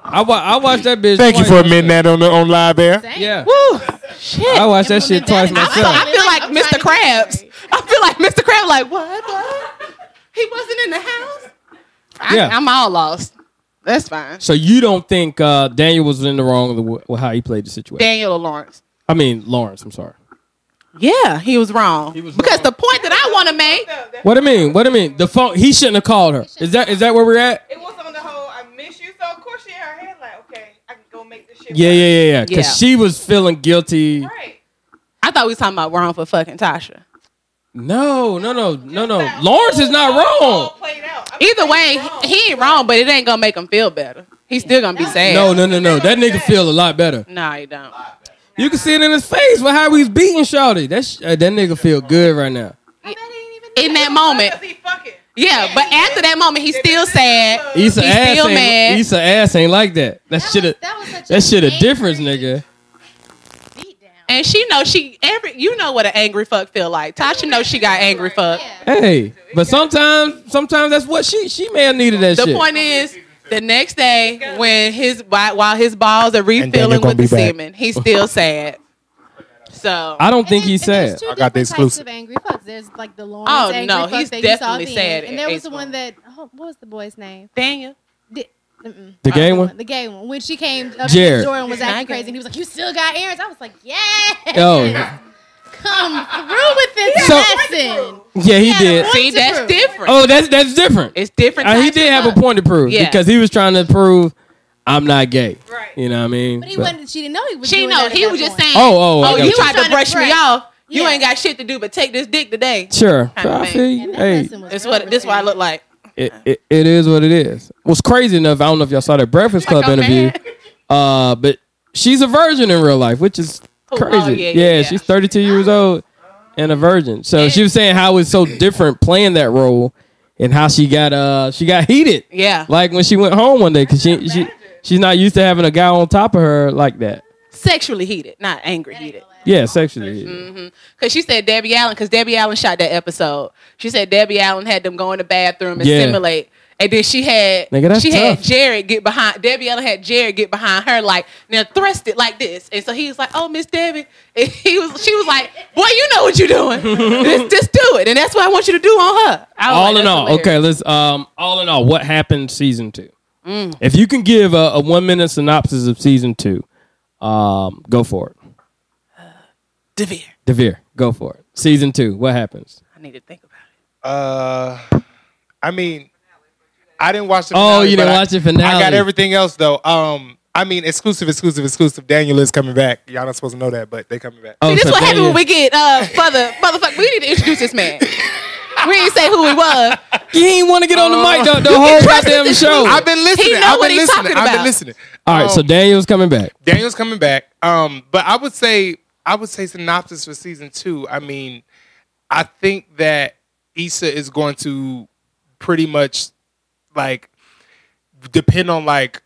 I wa- I watched that bitch. Thank you twice for myself. admitting that on the on live air. Yeah. Woo. Shit. I watched that shit twice So myself. I feel like Mr. Krabs. I feel like Mr. Krabs. Like what? What? He wasn't in the house. I, Yeah. I'm all lost. That's fine. So you don't think uh, Daniel was in the wrong of the w- with how he played the situation? Daniel or Lawrence. I mean Lawrence. I'm sorry. Yeah, he was wrong. because the point that I want to make, What do you mean? What do you mean? The phone. He shouldn't have called her. Is that is that where we're at? it was on the whole. I miss you, so of course she in her head like, okay, I can go make this shit. Yeah, yeah, yeah, yeah. Because Yeah. she was feeling guilty. I thought we was talking about wrong for fucking Tasha. No, no, no, no, no. Lawrence is not wrong. Either way, he, he ain't wrong, but it ain't gonna make him feel better. He's still gonna be sad. No, no, no, no. That nigga feel a lot better. no, he don't. You can see it in his face with how he's beating Shawty. That sh- uh, that nigga feel good right now. in that moment. Yeah, but after that moment, he's still sad. Issa he's ass still ain't mad. Issa ass ain't like that. That, shit a that shit a difference, nigga. And she knows she every you know what an angry fuck feel like. Tasha knows she got angry fuck. Hey, but sometimes sometimes that's what she she may have needed that the shit. point is, the next day when his while while his balls are refilling gonna with the be back. semen, he's still sad. So I don't think he's sad. There's two different types of angry fucks. There's like the Lawrence Oh, angry no, fuck he's that you saw definitely then, sad and there at was the Ace one that oh, what was the boy's name? Daniel. Di- mm-mm. The gay Other one? The gay one. When she came up to Jared. the door and was He's not acting gay. crazy, and he was like, "You still got errands?" I was like, "Yeah, Oh, come through with this So- lesson." yeah, he did. See, that's different. Oh, that's that's different. It's different. Uh, he types did of have a fuck. point to prove Yeah. because he was trying to prove I'm not gay. Right. You know what I mean? But he But- wasn't. She didn't know he was. She doing know that at he that was just point. saying. Oh, oh, I oh, got you you. tried to Trying to brush me brag. off. You ain't got shit to do but take this dick today. Sure. Kind of I thing. feel you. Hey, It's what this why I look like. it, it, it "Oh, is what it is. What's crazy enough, I don't know if y'all saw that Breakfast Club I'm interview, uh, but she's a virgin in real life, which is Oh, crazy. oh, yeah, yeah, yeah, yeah. she's 32 years old and a virgin. So she was saying how it's so different playing that role and how she got uh she got heated. Yeah. Like when she went home one day cuz she she she's not used to having a guy on top of her like that. Sexually heated, not angry heated. Yeah, sexually. heated. Mm-hmm. Because she said Debbie Allen, because Debbie Allen shot that episode. She said Debbie Allen had them go in the bathroom and Yeah. simulate. And then she had Nigga, that's she had tough. Jared get behind Debbie Allen had Jared get behind her like now thrust it like this. And so he was like, Oh Miss Debbie. And he was she was like, Boy, you know what you're doing. just, just do it. And that's what I want you to do on her. I was All like, in "That's all, hilarious." okay, let's um all in all, what happened season 2? Mm. If you can give a, a 1 minute synopsis of season 2, um go for it. Devere. Devere, go for it. Season 2, what happens? I need to think about Uh, I mean, I didn't watch the. Oh, finale, you didn't but I- watch the finale. I got everything else though. Um, I mean, exclusive, exclusive, exclusive. Daniel is coming back. Y'all not supposed to know that, but they coming back. Oh, See, this is what happened when we get uh further motherfucker. We need to introduce this man. we didn't say who he was. He didn't want to get on the mic the, the whole goddamn show. I've been listening. know I've what been he listening. talking I've been about. listening. All right, so Um, Daniel's coming back. Daniel's coming back. Um, but I would say I would say synopsis for season two. I mean, I think that Issa is going to pretty much like depend on like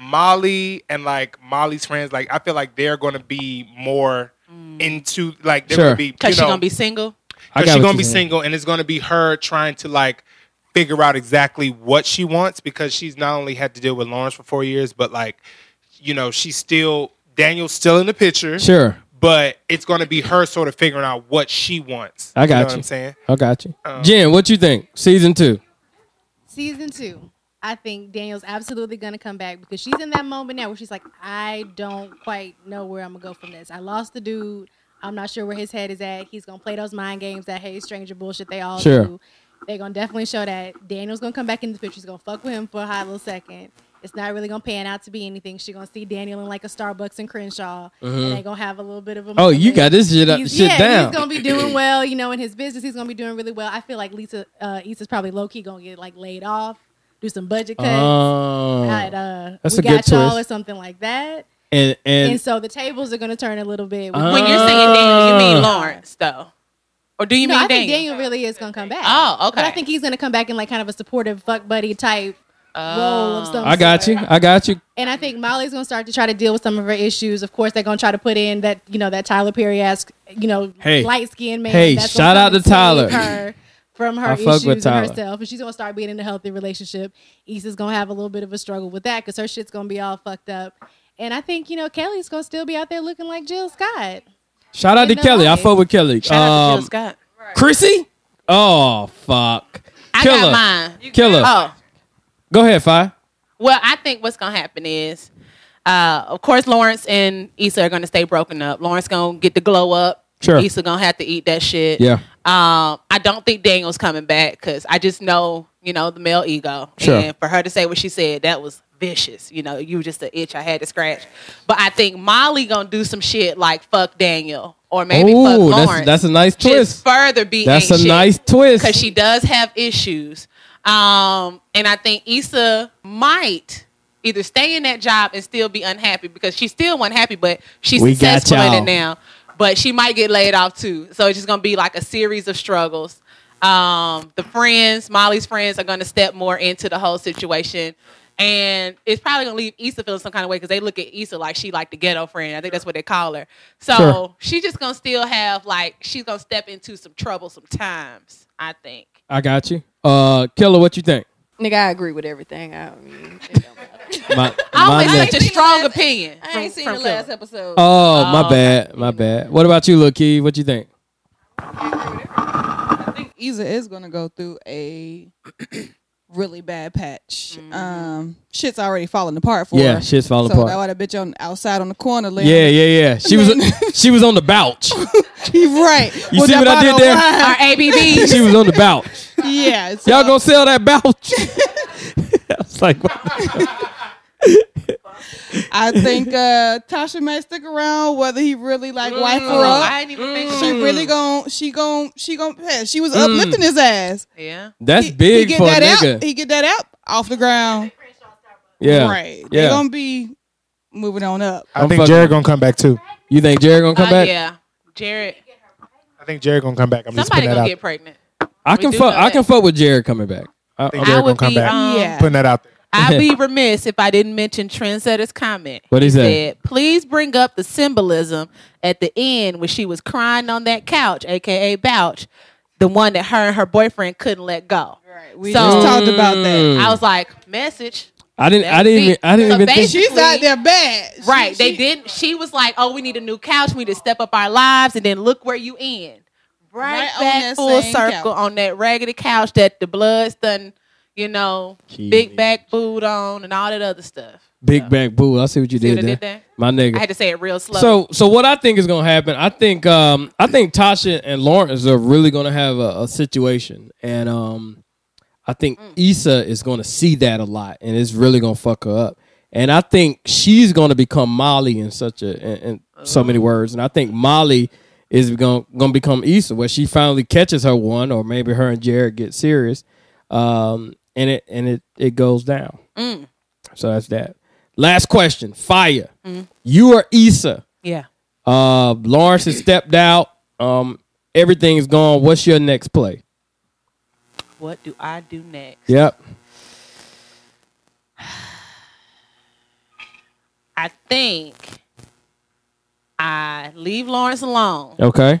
Molly and like Molly's friends. Like I feel like they're going to be more into like they're Sure. going to be Mm. 'Cause you she know, gonna be single? I Because got she's what gonna you're be saying. single, and it's gonna be her trying to like figure out exactly what she wants because she's not only had to deal with Lawrence for four years, but like you know she's still Daniel's still in the picture. Sure. But it's gonna be her sort of figuring out what she wants. I got you. you. Know what I'm saying. I got you. Um, Jen, what you think? Season two. Season two. I think Daniel's absolutely gonna come back because she's in that moment now where she's like, I don't quite know where I'm gonna go from this. I lost the dude. I'm not sure where his head is at. He's gonna play those mind games that hey stranger bullshit they all Sure. do. They're gonna definitely show that Daniel's gonna come back in the picture. She's gonna fuck with him for a hot little second. It's not really gonna pan out to be anything. She's gonna see Daniel in like a Starbucks in Crenshaw, Mhm. and they gonna have a little bit of a. Oh, you got this shit up, He's- shit yeah, down. He's gonna be doing well, you know, in his business. He's gonna be doing really well. I feel like Lisa, uh, Issa's probably low key gonna get like laid off, do some budget cuts. Oh. at, uh, That's we a good got y'all twist. or something like that. And and, And, so the tables are gonna turn a little bit. When you're saying Daniel, you Oh. mean Ah. Lawrence though. Or do you no, mean I think Daniel? Daniel really is gonna come back. Oh, okay. But I think he's gonna come back in like kind of a supportive fuck buddy type role Oh. of some I got you. I got you. And I think Molly's gonna start to try to deal with some of her issues. Of course, they're gonna try to put in that you know that Tyler Perry esque you know Hey. light skinned man. Hey, that's shout gonna out come to and save Tyler. Her from her I fuck issues with and Tyler. herself, and she's gonna start being in a healthy relationship. Issa's gonna have a little bit of a struggle with that because her shit's gonna be all fucked up. And I think you know Kelly's gonna still be out there looking like Jill Scott. Shout out to Kelly. I fuck with Kelly. Um, Shout out to Jill Scott. Chrissy? Oh fuck. I Killer. got mine. Killer. Oh. Go ahead, Fi. Well, I think what's gonna happen is, uh, of course, Lawrence and Issa are gonna stay broken up. Lawrence gonna get the glow up. Sure. Issa gonna have to eat that shit. Yeah. Um, I don't think Daniel's coming back because I just know, you know, the male ego. Sure. And for her to say what she said, that was vicious. You know, you were just an itch I had to scratch. But I think Molly gonna do some shit like fuck Daniel or maybe fuck Oh, Lawrence. that's that's a nice Just twist. further be That's a nice twist. because she does have issues. Um, and I think Issa might either stay in that job and still be unhappy because she still unhappy, but she's We got successful in y'all. it now. But she might get laid off too, so it's just gonna be like a series of struggles. Um, the friends, Molly's friends, are gonna step more into the whole situation. And it's probably gonna leave Issa feeling some kind of way because they look at Issa like she like the ghetto friend. I think that's what they call her. So Sure. she's just gonna still have like she's gonna step into some troublesome times. I think. I got you. Uh Killer, what you think? Nigga, I agree with everything. I mean, My, I my always next- such a strong opinion. I ain't seen the last episode. Oh, my bad. My bad. What about you, Lil Key? What you think? Isa is gonna go through a really bad patch. Um, shit's already falling apart for Yeah, her. shit's falling so apart. That's why that bitch on outside on the corner. laying- Yeah, yeah, yeah. She was she was on the bouch. right. You With see that what I bottle did of there? wine. she was on the bouch. yeah. so- Y'all gonna sell that bouch? I was like, I think uh, Tasha may stick around whether he really like wife her Oh, up. I didn't even think she so. really gon' she gon' she gon' yeah, she was Mm. uplifting his ass. Yeah. that's He big get for a that nigga. out. He get that out off the ground. yeah, Right. They're yeah. gonna be moving on up. I think Jared gonna come back too. You think Jared gonna Uh, Yeah, Jared. I think Jared gonna come back. I'm Somebody just putting gonna that get out. pregnant. I can do fuck. know I can fuck with Jared coming back. I, think Jared gonna come back. um, Yeah. Putting that out there. I'd be remiss if I didn't mention Trendsetter's comment. What'd he say? said, Please bring up the symbolism at the end when she was crying on that couch, aka Bouch, the one that her and her boyfriend couldn't let go. Right. we just talked about that. I was like, message. I didn't. I That's didn't. it. Even, I didn't So even think basically- She's out there bad. right. they didn't. She was like, "Oh, we need a new couch. We need to step up our lives." And then look where you end. Right, Right on back that full same circle couch. on that raggedy couch that the blood's done. You know, big back food on and all that other stuff. Big Bang Boo. I see what you See did, what I there. did there? My nigga. I had to say it real slow. So, so what I think is gonna happen? I think, um, I think Tasha and Lawrence are really gonna have a, a situation, and um, I think Mm. Issa is gonna see that a lot, and it's really gonna fuck her up. And I think she's gonna become Molly in such a, in, in so Oh. many words, and I think Molly is gonna gonna become Issa, where she finally catches her one, or maybe her and Jared get serious, um, and it and it it goes down. Mm. So that's that. Last question, fire. Mm. You are Issa. Yeah. Uh, Lawrence has stepped out. Um, everything's gone. What's your next play? What do I do next? Yep. I think I leave Lawrence alone. Okay.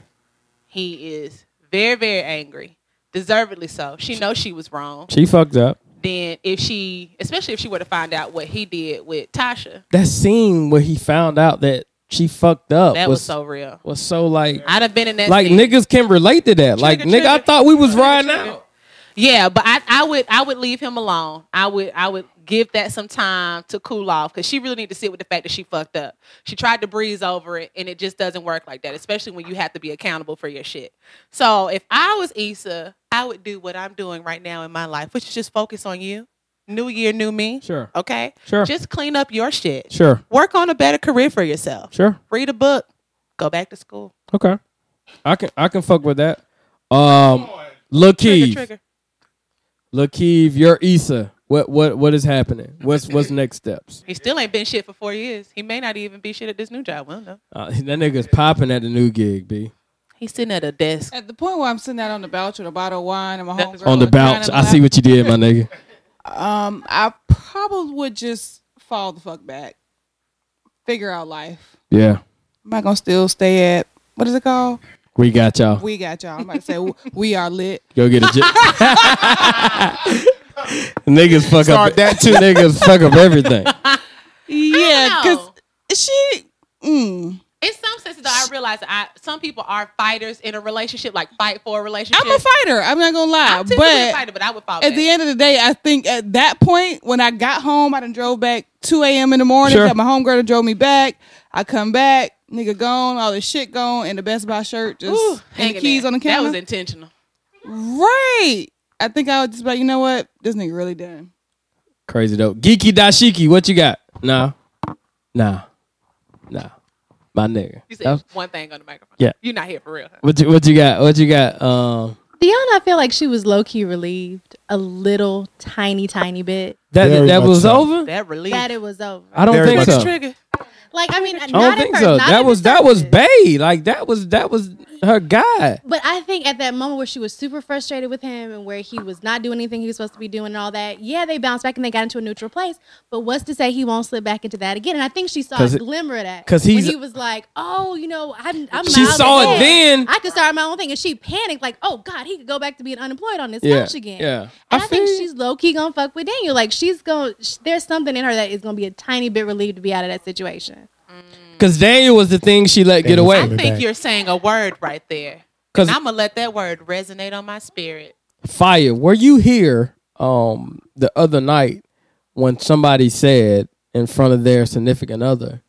He is very, very angry, deservedly so. She knows she was wrong. She fucked up. Then, if she, especially if she were to find out what he did with Tasha, That scene where he found out that she fucked up that was, so real. was so like I'd have been in that. like scene. niggas can relate to that. like nigga, I thought we was riding out. Yeah, but I, I would I would leave him alone. I would I would give that some time to cool off because she really need to sit with the fact that she fucked up. She tried to breeze over it and it just doesn't work like that, especially when you have to be accountable for your shit. So if I was Issa, I would do what I'm doing right now in my life, which is just focus on you. New year, new me. Sure. Okay. Sure. Just clean up your shit. Sure. Work on a better career for yourself. Sure. Read a book. Go back to school. Okay. I can I can fuck with that. Um Lil Trigger, Keeve. trigger. Lil Keeve, you're Issa. What what what is happening? What's what's next steps? He still ain't been shit for four years. He may not even be shit at this new job. Well, no. Uh, that nigga's popping at the new gig, B. He's sitting at a desk. At the point where I'm sitting out on the couch with a bottle of wine and my homegirl On the is trying bounce. to I see laugh, what you did, my nigga. Um, I probably would just fall the fuck back, figure out life. Yeah. Am I gonna still stay at what is it called? We got y'all. We got y'all. I'm about to say w- we are lit. Go get a job. niggas fuck Start up that too. Niggas fuck up everything. Yeah, because she. Mm, In some senses, though, I realize that I, some people are fighters in a relationship, like fight for a relationship. I'm a fighter. I'm not gonna lie, I'm typically a but fighter, but I would fall at the end of the day, I think at that point when I got home, I done drove back 2 a.m. in the morning. Sure. Got my homegirl to drove me back. I come back, nigga gone, all this shit gone, and the Best Buy shirt just and the keys on the That counter. was intentional. right. I think I was just like, you know what, this nigga really done. Crazy dope. Geeky Dashiki, what you got? Nah. Nah. Nah. My nigga. You said That's- one thing on the microphone. Yeah. You're not here for real. What you what you got? What you got? Um Y'all not feel like she was low key relieved a little tiny tiny bit that Very that much was so. over? that relief that it was over. I don't Very think much so. so. Trigger. Like I mean, I don't not at think first, so. not That at was the that was Bay. Like that was that was her guy. But I think at that moment where she was super frustrated with him and where he was not doing anything he was supposed to be doing and all that, yeah, they bounced back and they got into a neutral place. But what's to say he won't slip back into that again? And I think she saw a 'Cause it- glimmer of that 'cause he's- when he was like, "Oh, you know, I'm." I'm She miles saw it ahead. then. I could start my own thing, and she panicked like, "Oh God, he could go back to being unemployed on this Yeah, couch again." yeah. And I, think she's low key gonna fuck with Daniel. Like she's gonna, sh- there's something in her that is gonna be a tiny bit relieved to be out of that situation. Cause Daniel was the thing she let get away. I think you're saying a word right there. 'Cause- Because I'm gonna let that word resonate on my spirit. Fire, were you here um the other night when somebody said in front of their significant other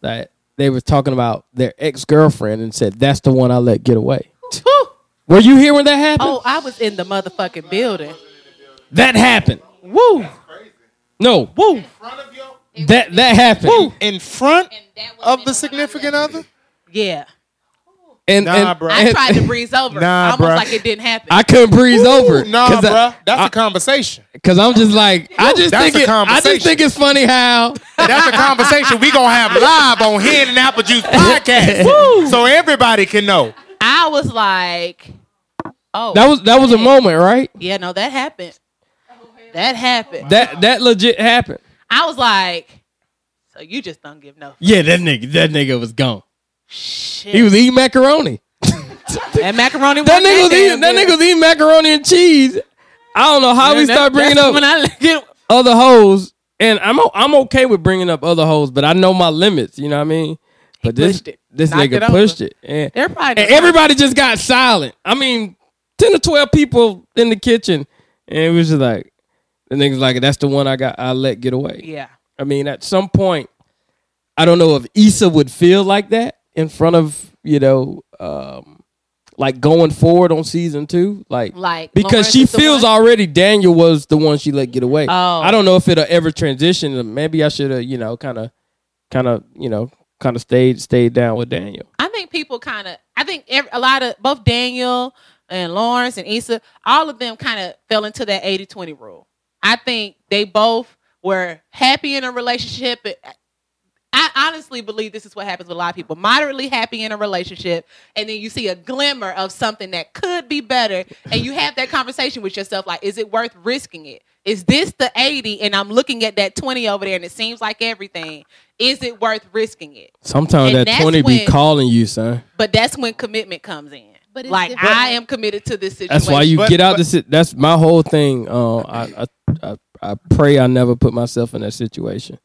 that they were talking about their ex girlfriend and said that's the one I let get away. Were you here when that happened? Oh, I was in the motherfucking building. That happened. Woo. No. Woo. That that happened. In front of the significant other? Yeah. And, Nah, and- bruh. I and- tried to breeze over. Nah, almost bruh. like it didn't happen. I couldn't breeze over. it, Nah, 'cause I- bruh. That's a conversation. Cause I'm just like I just That's think a it, I just conversation. think it's funny how That's a conversation we gonna have live on Head and Apple Juice podcast, so everybody can know. I was like, oh, that was that was a moment, right? yeah, no, that happened. That happened. That that legit happened. I was like, so you just don't give no Yeah, that nigga that nigga was gone. shit. He was eating macaroni. that macaroni. That wasn't nigga was damn eating that good. nigga was eating macaroni and cheese. I don't know how Yeah, we that- start bringing that's up when I other hoes, and I'm o- I'm okay with bringing up other hoes, but I know my limits. You know what I mean? But this pushed it. this Knocked it nigga over. pushed it, and, They're probably and everybody just got silent. I mean, ten to twelve people in the kitchen, and it was just like the niggas like that's the one I got. I let get away. Yeah. I mean, at some point, I don't know if Issa would feel like that in front of you know, um, like going forward on season two, like Like because Lawrence she is the feels one? already Daniel was the one she let get away. Oh. I don't know if it'll ever transition. Maybe I should have you know kind of, kind of you know kind of stayed stayed down with Daniel. I think people kind of. I think ev- a lot of both Daniel and Lawrence and Issa, all of them kind of fell into that 80-20 rule. I think they both were happy in a relationship. It- I honestly believe this is what happens with a lot of people: moderately happy in a relationship, and then you see a glimmer of something that could be better, and you have that conversation with yourself: like, is it worth risking it? Is this the eighty? And I'm looking at that twenty over there, and it seems like everything. Is it worth risking it? Sometimes And that that's twenty be when- calling you, son. But that's when commitment comes in. But it's like different. I am committed to this situation. That's why you get out. This that's my whole thing. Uh, I, I I I pray I never put myself in that situation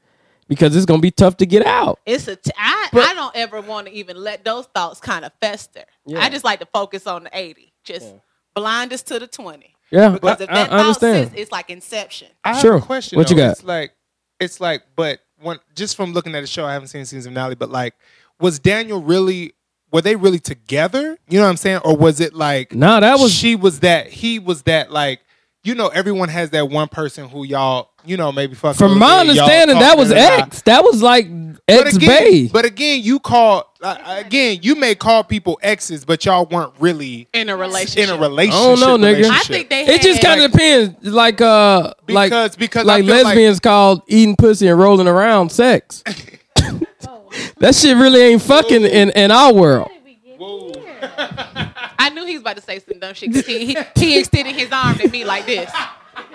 because it's gonna be tough to get out. It's a. T- I I don't ever want to even let those thoughts kind of fester. Yeah. I just like to focus on the eighty. Just blind us to the twenty. Yeah, because I- if that I understand. thought sits, it's like inception. I Sure. have a question. What you though. got? It's like, it's like, but when just from looking at the show, I haven't seen season finale, but like, was Daniel really? Were they really together? You know what I'm saying? Or was it like? No, that was- she was that. He was that. Like, you know, everyone has that one person who y'all, you know, maybe fuck. a From little my bit, y'all understanding, talk, that was da, da, da. X. That was like X again, Bay. But again, you call uh, again. You may call people exes, but y'all weren't really in a in a relationship. I don't know, nigga. relationship. it just kind of depends. Like uh, Because- like because I like feel like- lesbians called eating pussy and rolling around sex. that shit really ain't fucking in in our world. I knew he was about to say some dumb shit because he, he he extended his arm to me like this.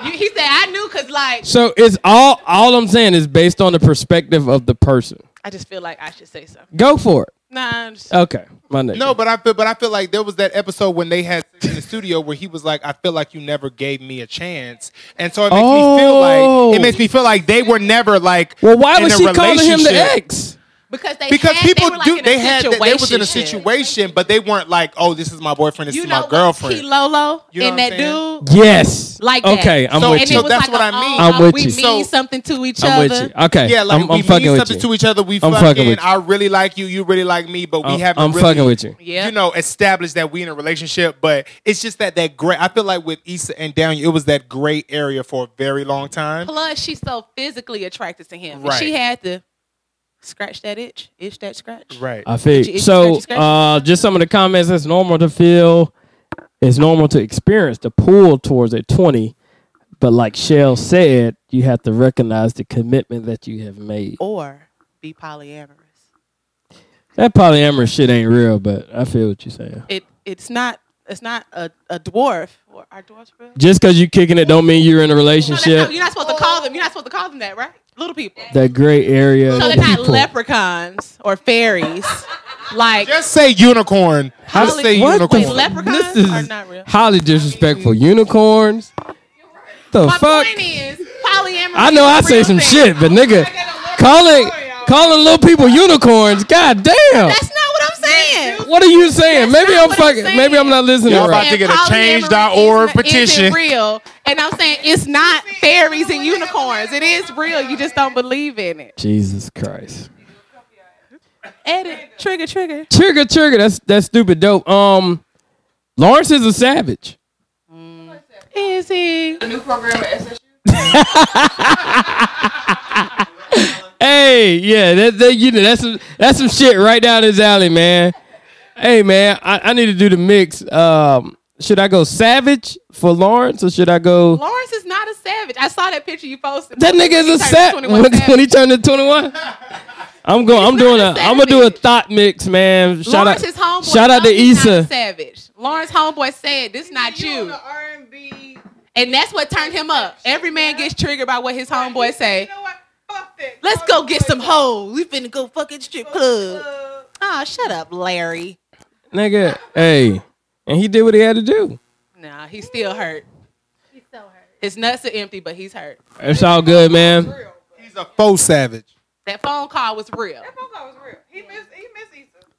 You, he said, "I knew," because like So it's all all I'm saying is based on the perspective of the person. I just feel like I should say something. Go for it. Nah, I'm just- Okay, my nigga. No, but I feel, but I feel like there was that episode when they had sex in the studio where he was like, "I feel like you never gave me a chance," and so it makes me feel Oh. like it makes me feel like they were never like. Well, why in was a she calling him the relationship. ex? because they Because had- they people were, like, do, in a they had that, they was in a situationship. situation, but they weren't like, "Oh, this is my boyfriend, this You is know my what? girlfriend." He Lolo You know and what I'm that saying? dude. Yes. Like that. okay, I'm so, with and you. It was that's like what a, I mean. "Oh, I'm with we you. mean So- something to each I'm with other. you. Okay, yeah, like I'm- we I'm fucking mean with something you. to each other. We I'm fucking. fucking with you. I really like you. You really like me, but we I'm- haven't. I'm really, fucking with you. You know, established that we in a relationship, but it's just that that great. I feel like with Issa and Daniel, it was that gray area for a very long time. Plus, she's so physically attracted to him. Right. She had to scratch that itch, itch that scratch. Right. I feel Itchy, itchy, scratchy, so. scratchy. Uh, just some of the comments. It's normal to feel. It's normal to experience the pull towards a twenty, but like Shell said, you have to recognize the commitment that you have made. Or be polyamorous. That polyamorous shit ain't real, but I feel what you're saying. It it's not it's not a, a dwarf. Or are dwarfs real? Just because you're kicking it, don't mean you're in a relationship. No, you're not supposed to call them. You're not supposed to call them that, right? Little people. That gray area. So of they're not people. leprechauns or fairies. Like Just say unicorn. How Just say what unicorn. the- leprechauns this are is not real. Highly disrespectful. Unicorns. The my fuck. point is polyamorous. I know I is a say real some thing. shit, but nigga, calling calling little people unicorns. God damn. That's not what I'm saying. What are you saying? Maybe I'm fucking. maybe I'm not listening. Y'all right. about to get a change.org petition. real. And I'm saying it's not fairies and unicorns. It is real. You just don't believe in it. Jesus Christ. Edit. Trigger, trigger. Trigger, trigger. That's that's stupid dope. Um, Lawrence is a savage. Is he? The new program at SSU. hey, yeah, that, that you know that's some, that's some shit right down his alley, man. Hey man, I, I need to do the mix. Um, should I go Savage for Lawrence or should I go? Lawrence is not a savage. I saw that picture you posted. That nigga is a sap when, when he turned to twenty one. I'm going. I'm doing a. I'm gonna do a thought mix, man. Shout Lawrence out. is homeboy. shout out no, to he's not a Issa. Savage. Lawrence homeboy said, "This not you." And that's what turned him up. Every man gets triggered by what his homeboy say. Let's go get some hoes. We finna go fucking strip club. Oh, shut up, Larry. Nigga, hey, and he did what he had to do. Nah, he's still hurt. He's still hurt. His nuts are empty, but he's hurt. It's all good, man. He's a faux savage. That phone call was real. That phone call was real. He missed. He missed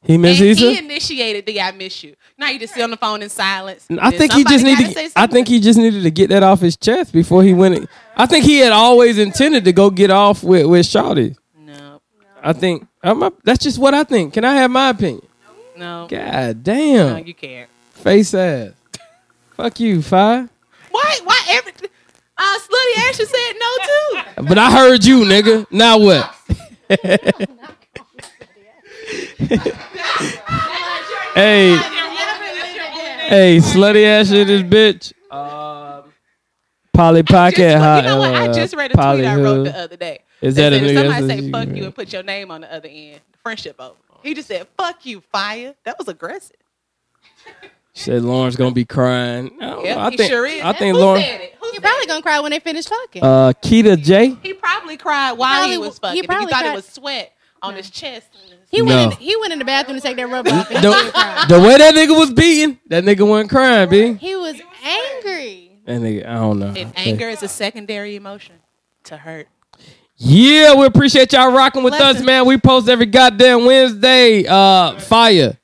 He missed and Issa. He initiated the "I miss you." Now you just sit on the phone in silence. I Then think he just somebody gotta say needed. I think he just needed to get that off his chest before he went. I think he had always intended to go get off with with Shawty. No, I think I'm a- that's just what I think. Can I have my opinion? something. No. God damn. No, you can't. Face ass. Fuck you, five. Why? Why every? Uh, Slutty Asher said no too. But I heard you, nigga. Now what? hey, hey, slutty ass shit, this bitch. Um, Polly Pocket. uh, you know what? I just read a tweet I wrote the other day. Is They that a said, if nigga? Somebody That's say what "fuck you" and put your name on the other end. Friendship over. He just said "fuck you, fire." That was aggressive. Said Lawrence gonna be crying. I don't know. I think, I think Who Lawrence. said it? Who He probably gonna cry when they finish fucking. Uh, Keita J. He probably cried while he, probably- was he fucking. He, probably thought cried- it was sweat on his chest. He No. went. In, he went in the bathroom to take that rubber off. and The, he cried. the way that nigga was beaten, that nigga wasn't crying, b. He was angry. That nigga, I don't know. And anger is a secondary emotion to hurt. Yeah, we appreciate y'all rocking with us, Listen. man. We post every goddamn Wednesday. Uh, fire.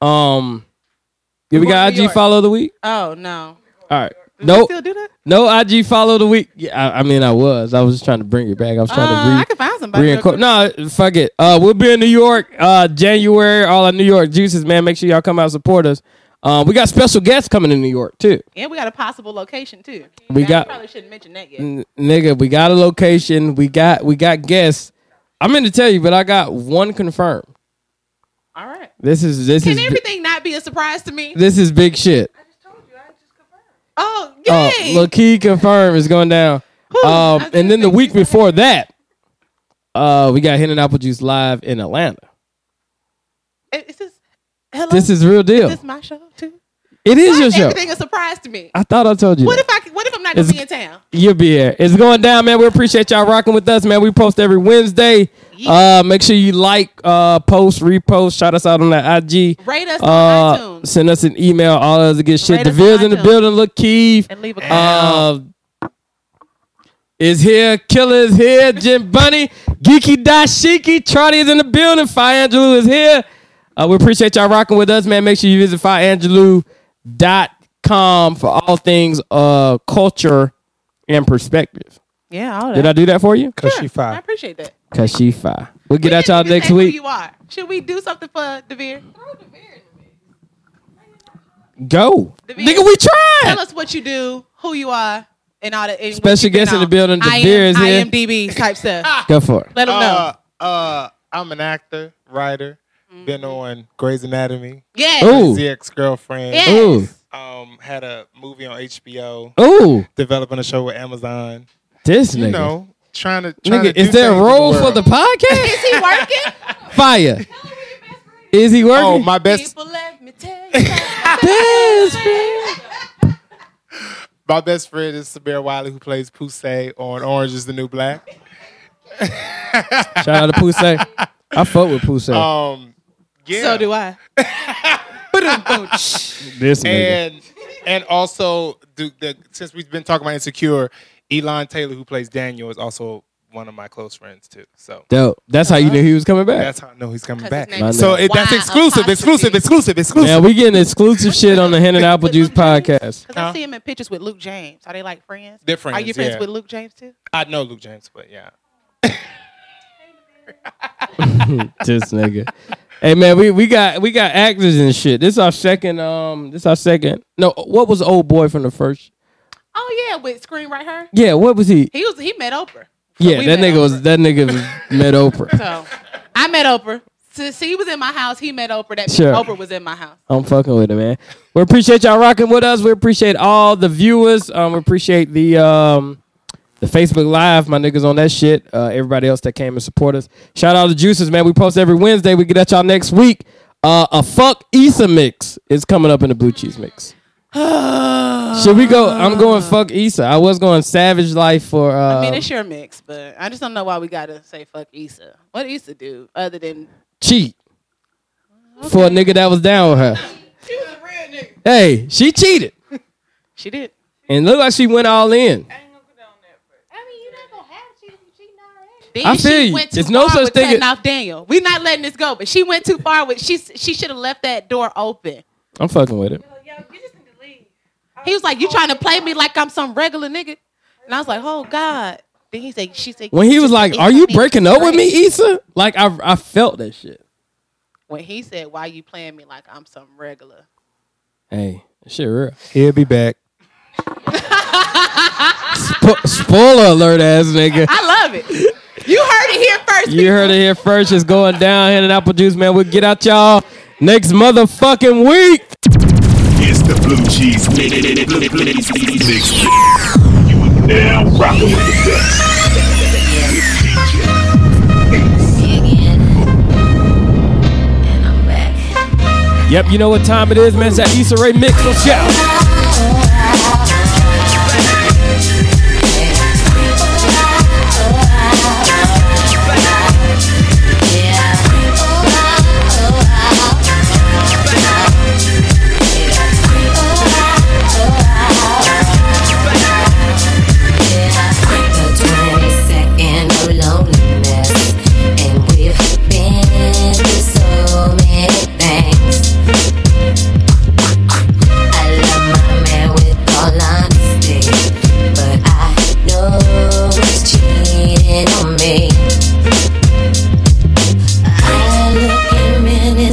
Um, yeah, we got IG follow of the week. Oh no. All right. Do we Nope. still do that? No IG follow of the week. Yeah, I, I mean, I was. I was just trying to bring it back. I was trying to re- I can Uh, find somebody real No, fuck it. Uh, we'll be in New York, uh, January. All our New York juices, man. Make sure y'all come out and support us. Uh, we got special guests coming to New York too. And we got a possible location too. We Now, got- probably shouldn't mention that yet. N- nigga, we got a location. We got we got guests. I'm gonna tell you, but I got one confirmed. All right. This is this Can is bi- everything not be a surprise to me? this is big shit. Oh, Oh, yay! uh, Key confirmed is going down. Um, and then the week before that, uh, we got Hen and Apple Juice live in Atlanta. is this hello? This is real deal. Is this my show too? It is Why your show. Everything a surprise to me. I thought I told you. What that. if I? What if I'm not gonna It's- be in town? You'll be here. It's going down, man. We appreciate y'all rocking with us, man. We post every Wednesday. Uh, make sure you like, uh, post, repost, shout us out on that IG. Rate us uh, on Send us an email. All of us good shit. Rate us Deville's on in the iTunes. building. Look, Keith. And leave a uh, is here. Killer is here. Jim Bunny. Geeky Dashiki. Trotty is in the building. Fire Angelou is here. Uh, we appreciate y'all rocking with us, man. Make sure you visit fireangelou.com for all things uh, culture and perspective. Yeah, all that. Did I do that for you? Sure. I appreciate that. Cause she fire. We'll get out y'all Just next say who week. you are. Should we do something for Devere? Go. Nigga, we Tell tried. us what you do, who you are, and all that. and what Special you've been guest in the on. building, I Devere am, is here. IMDb type stuff. Go for it. Let them know. Uh, uh, I'm an actor, writer. Been on Grey's Anatomy. Mm-hmm. Yes. Ooh. Ooh. ex girlfriend. Yes. Ooh. Um, had a movie on HBO. Ooh. Developing a show with Amazon. This you nigga. know, trying to. Trying Nigga, to is do there a things in role for world. the podcast? Is he working? Fire. Is he working? Oh, my best. best friend. My best friend is Sabir Wiley, who plays Pusey on Orange Is the New Black. Shout out to Pusey. I fuck with Pusey. Um, yeah. So do I. this nigga. and and also the, the since we've been talking about insecure, Elon Taylor, who plays Daniel, is also one of my close friends too. So Dope. That's how you knew he was coming back. That's how I know he's coming back. name is So it, that's Y exclusive, exclusive, exclusive, exclusive. Now we getting exclusive shit on the Hen and Apple Juice podcast. Because I see him in pictures with Luke James. Are they like friends? They're Are you friends friends, yeah. with Luke James too? I know Luke James, but yeah. this nigga. Hey man, we, we got we got actors and shit. This our second um this our second no what was the old boy from the first Oh yeah, with Screenwrite Her. Yeah, what was he? He was he met Oprah. Yeah, that nigga was that nigga was met Oprah. So I met Oprah. since he was in my house, he met Oprah. That means Sure. Oprah was in my house. I'm fucking with it, man. We appreciate y'all rocking with us. We appreciate all the viewers. Um, we appreciate the um, the Facebook Live, my niggas on that shit. Uh, everybody else that came and support us. Shout out to Juices, man. We post every Wednesday. We get at y'all next week. Uh, a fuck Issa mix is coming up in the blue cheese mix. Should we go? I'm going fuck Issa. I was going Savage Life for. Uh, I mean, it's your mix, but I just don't know why we gotta say fuck Issa. What did Issa do other than cheat for a nigga that was down with her. Hey, she cheated she did? and looked like she went all in. Then I feel she you. went too There's no far such with thing cutting as- off Daniel. We're not letting this go, but she went too far with she. She should have left that door open. I'm fucking with it. He was like, "You trying to play me like I'm some regular nigga?" And I was like, "Oh God." Then he said, "She said." When he "You was just like, uh, an "Are Issa you mix." breaking up with me, Issa?" Like I, I felt that shit. When he said, "Why you playing me like I'm some regular?" Hey, that shit real. He'll be back. Spo- spoiler alert, ass nigga. I love it. You heard it here first. You heard it here first. It's going down. Hand and apple juice, man. We'll get out y'all next motherfucking week. It's the blue cheese mix. You are now rocking with the best. Yep, you know what time it is, man. It's that Issa Rae mix. Let's shout.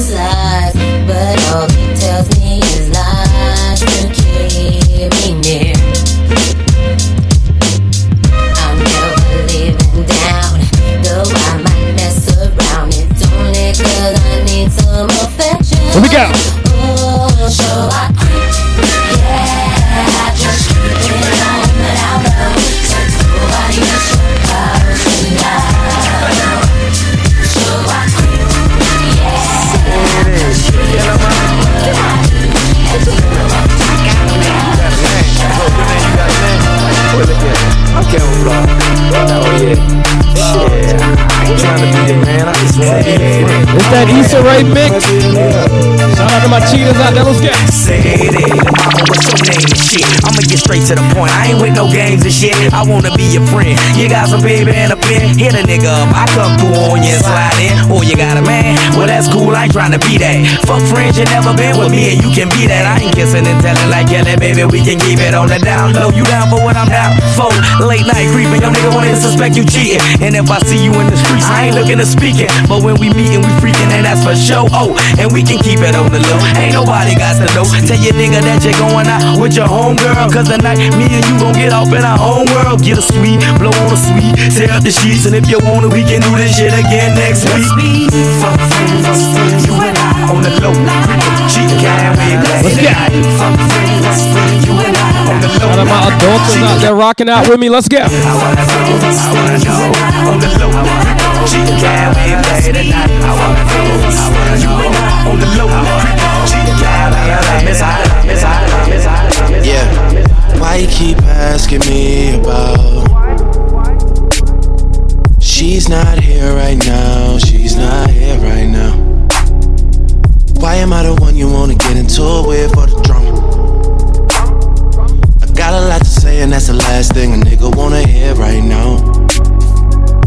But all he tells me is lies to keep me near. I'm never leaving down. Though I might mess around, it's only 'cause I need some affection. Here we go. Oh, so I creep. Yeah, I just creep it on, but I know that nobody else survives tonight. So I creep. Yeah, I just creep it I'm camouflage. Oh yeah. Shit. I ain't trying to be the man. I just want to be the man. It's that Issa Rae mix. Shout out to my cheaters out there. Let's get. Say it. Mama, what's your name and shit? I'ma get straight to the point. I ain't with no games and shit. I wanna be your friend. You got some baby and a pen. Hit a nigga up. I come through on you and slide in. Or you got a man. Well, that's cool. I ain't trying to be that. Fuck friends you never been with me and you can be that. I ain't kissing and telling like Kelly, baby. We can keep it on the down low. You down for what I'm down for? Late night creeping. Your nigga wanna suspect you cheating. And if I see you in the streets, I ain't looking to speaking. But when we meeting, we freaking and that's for show. Oh, and we can keep it on the low. Ain't nobody got to know. Tell your nigga that you're going out with your homegirl. Cause tonight, me and you gon' get off in our own world. Get a sweet, blow on a sweet, tear up the sheets. And if you want it, we can do this shit again next week. Fuck friends, us friends, you and I on the low. Creeping, cheating, can't wait. Let's get Fuck friends, us friends, you and I on the low. Shout out to my adults out there rocking out with me. Let's get. I wanna go, I wanna go on the low. Cheating, can't wait. Tonight, I wanna go, I wanna go on the low. Cheating, can't wait. Miss Hot, Miss Hot, Miss Hot. Yeah. Why you keep asking me about? She's not here right now. She's not here right now. Why am I the one you wanna get into it with for the drama? I got a lot to say, and that's the last thing a nigga wanna hear right now.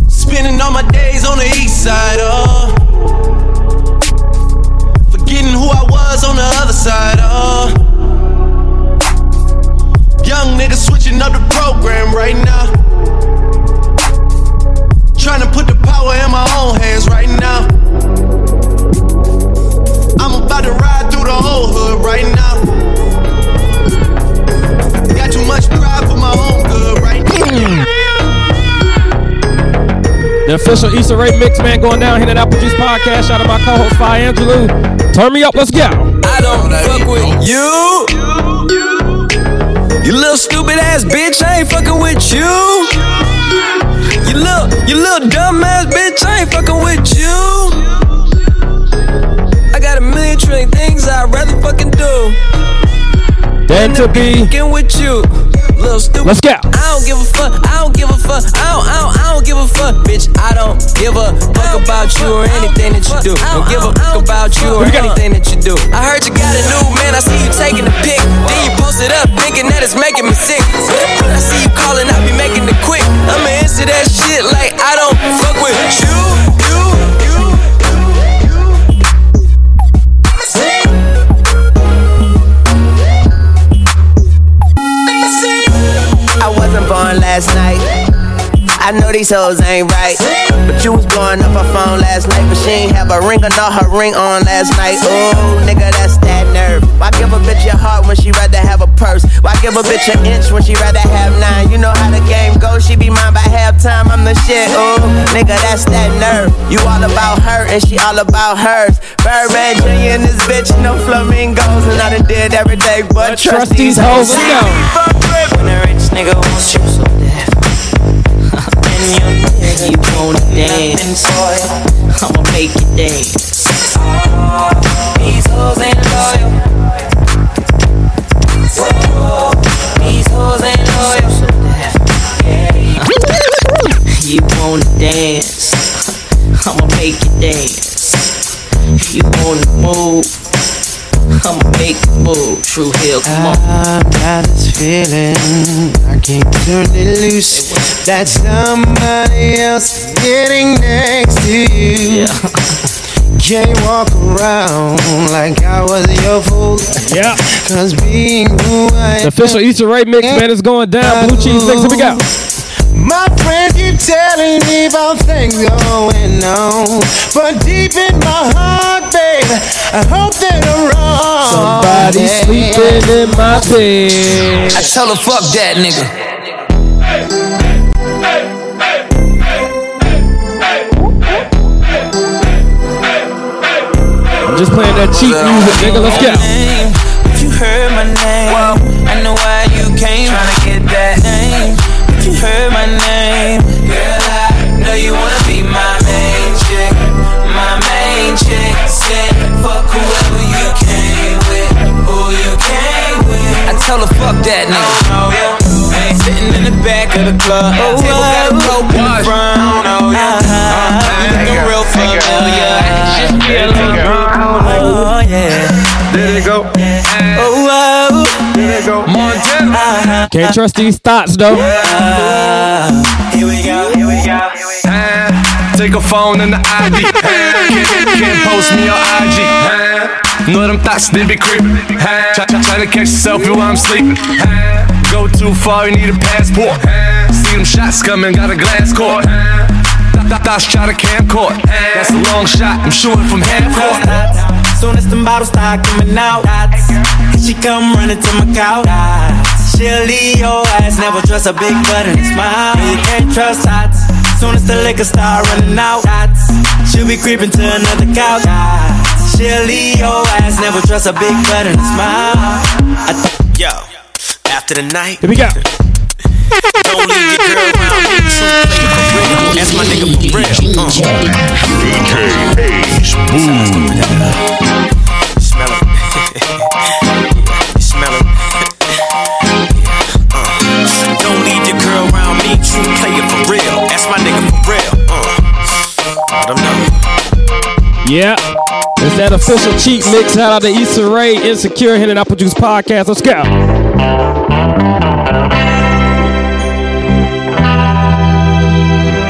Spending all my days on the east side, oh. Forgetting who I was on the other side, uh. Young nigga switching up the program right now. Trying to put the power in my own hands right now. I'm about to ride through the whole hood right now. Got too much pride for my own good right now. The official Issa Rae Mix Man going down here at Apple Juice Podcast. Shout out my co-host Fi Angelou. Turn me up, let's go. I don't fuck with you. You little stupid ass bitch, I ain't fucking with you. You little, you little dumb ass bitch, I ain't fucking with you. I got a million trillion things I'd rather fucking do Then to be. fucking with you. Little stupid. Let's go. I don't give a fuck. I don't give a fuck. I don't, I don't, I don't give a fuck, bitch. I don't give a fuck about you or anything that you do. Don't give a fuck about you or anything that you do. I heard you got a new man. I see you taking a pic. Then you post it up, thinking that it's making me sick. I see you calling, I be making it quick. I'ma answer that shit like I don't fuck with you. You, you, you. I wasn't born last night. I know these hoes ain't right. But you was blowing up her phone last night. But she ain't have a ring or not her ring on last night. Ooh, nigga, that's that nerve. Why give a bitch your heart when she rather have a purse? Why give a bitch an inch when she rather have nine? You know how the game goes. She be mine by halftime. I'm the shit. Ooh, nigga, that's that nerve. You all about her and she all about hers. Birdman Jr. and this bitch, no flamingos. And I done did every day but trust these hoes. let's go. When a rich nigga wants you so bad. And you nigga, you wanna dance. I'ma make you dance. Oh, these hoes ain't loyal. Oh, these hoes ain't loyal. Yeah. You wanna dance. I'ma make you dance. You wanna move. I'ma make you move. True Hill, come on. I got this feeling I can't turn it loose. That somebody else is getting next to you. Can't walk around like I was your fool. Yeah. Cause being who I The official Issa Rae Mix Man is going down. Blue Cheese Mix, here we go. My friends keep telling me about things going on, but deep in my heart, babe, I hope that I'm wrong. Somebody sleeping in my bed. I tell her fuck that nigga. I'm just playing that cheap music, nigga. Let's go. Name, but you heard my name. I know why you came. Tryna get that name, but you heard my name. Girl, I know you wanna be my main chick, my main chick. Said fuck whoever you came with, who you came with. I tell her fuck that nigga. Sitting in the back of the club, table got a rope in the front. I don't know ya. Uh, you looking real familiar. Just be alone. Oh yeah. There they go. Oh wow. There they go. Montana. Uh-huh. Can't trust these thoughts, though. Here we go. Here we go. Take a phone and the ID. can't, can't post me on IG. huh? Know them thoughts, they be creeping. huh? Try, try, try to catch yourself while I'm sleeping. huh? Go too far, you need a passport. huh? See them shots coming, got a glass court. huh? Th- th- Thoughts shot a camcord. huh? That's a long shot, I'm shooting from half court. Soon as them bottles start coming out, and she come running to my couch. She'll leave your ass, never trust a big button smile. You can't trust shots. Soon as the liquor start running out, she'll be creeping to another couch. She'll leave your ass, never trust a big button smile. Yo, after the night. Here we go. Don't leave your girl around. with the truth, play it for real. That's my nigga for real. Uh. Smell it. Smell it. Uh. Don't leave your girl around me. True, play it for real. That's my nigga for real. Uh. Let 'em know. Yeah. It's that official cheat mix. Shout out to Issa Rae, Insecure, here at Apple Juice Podcast. Let's go.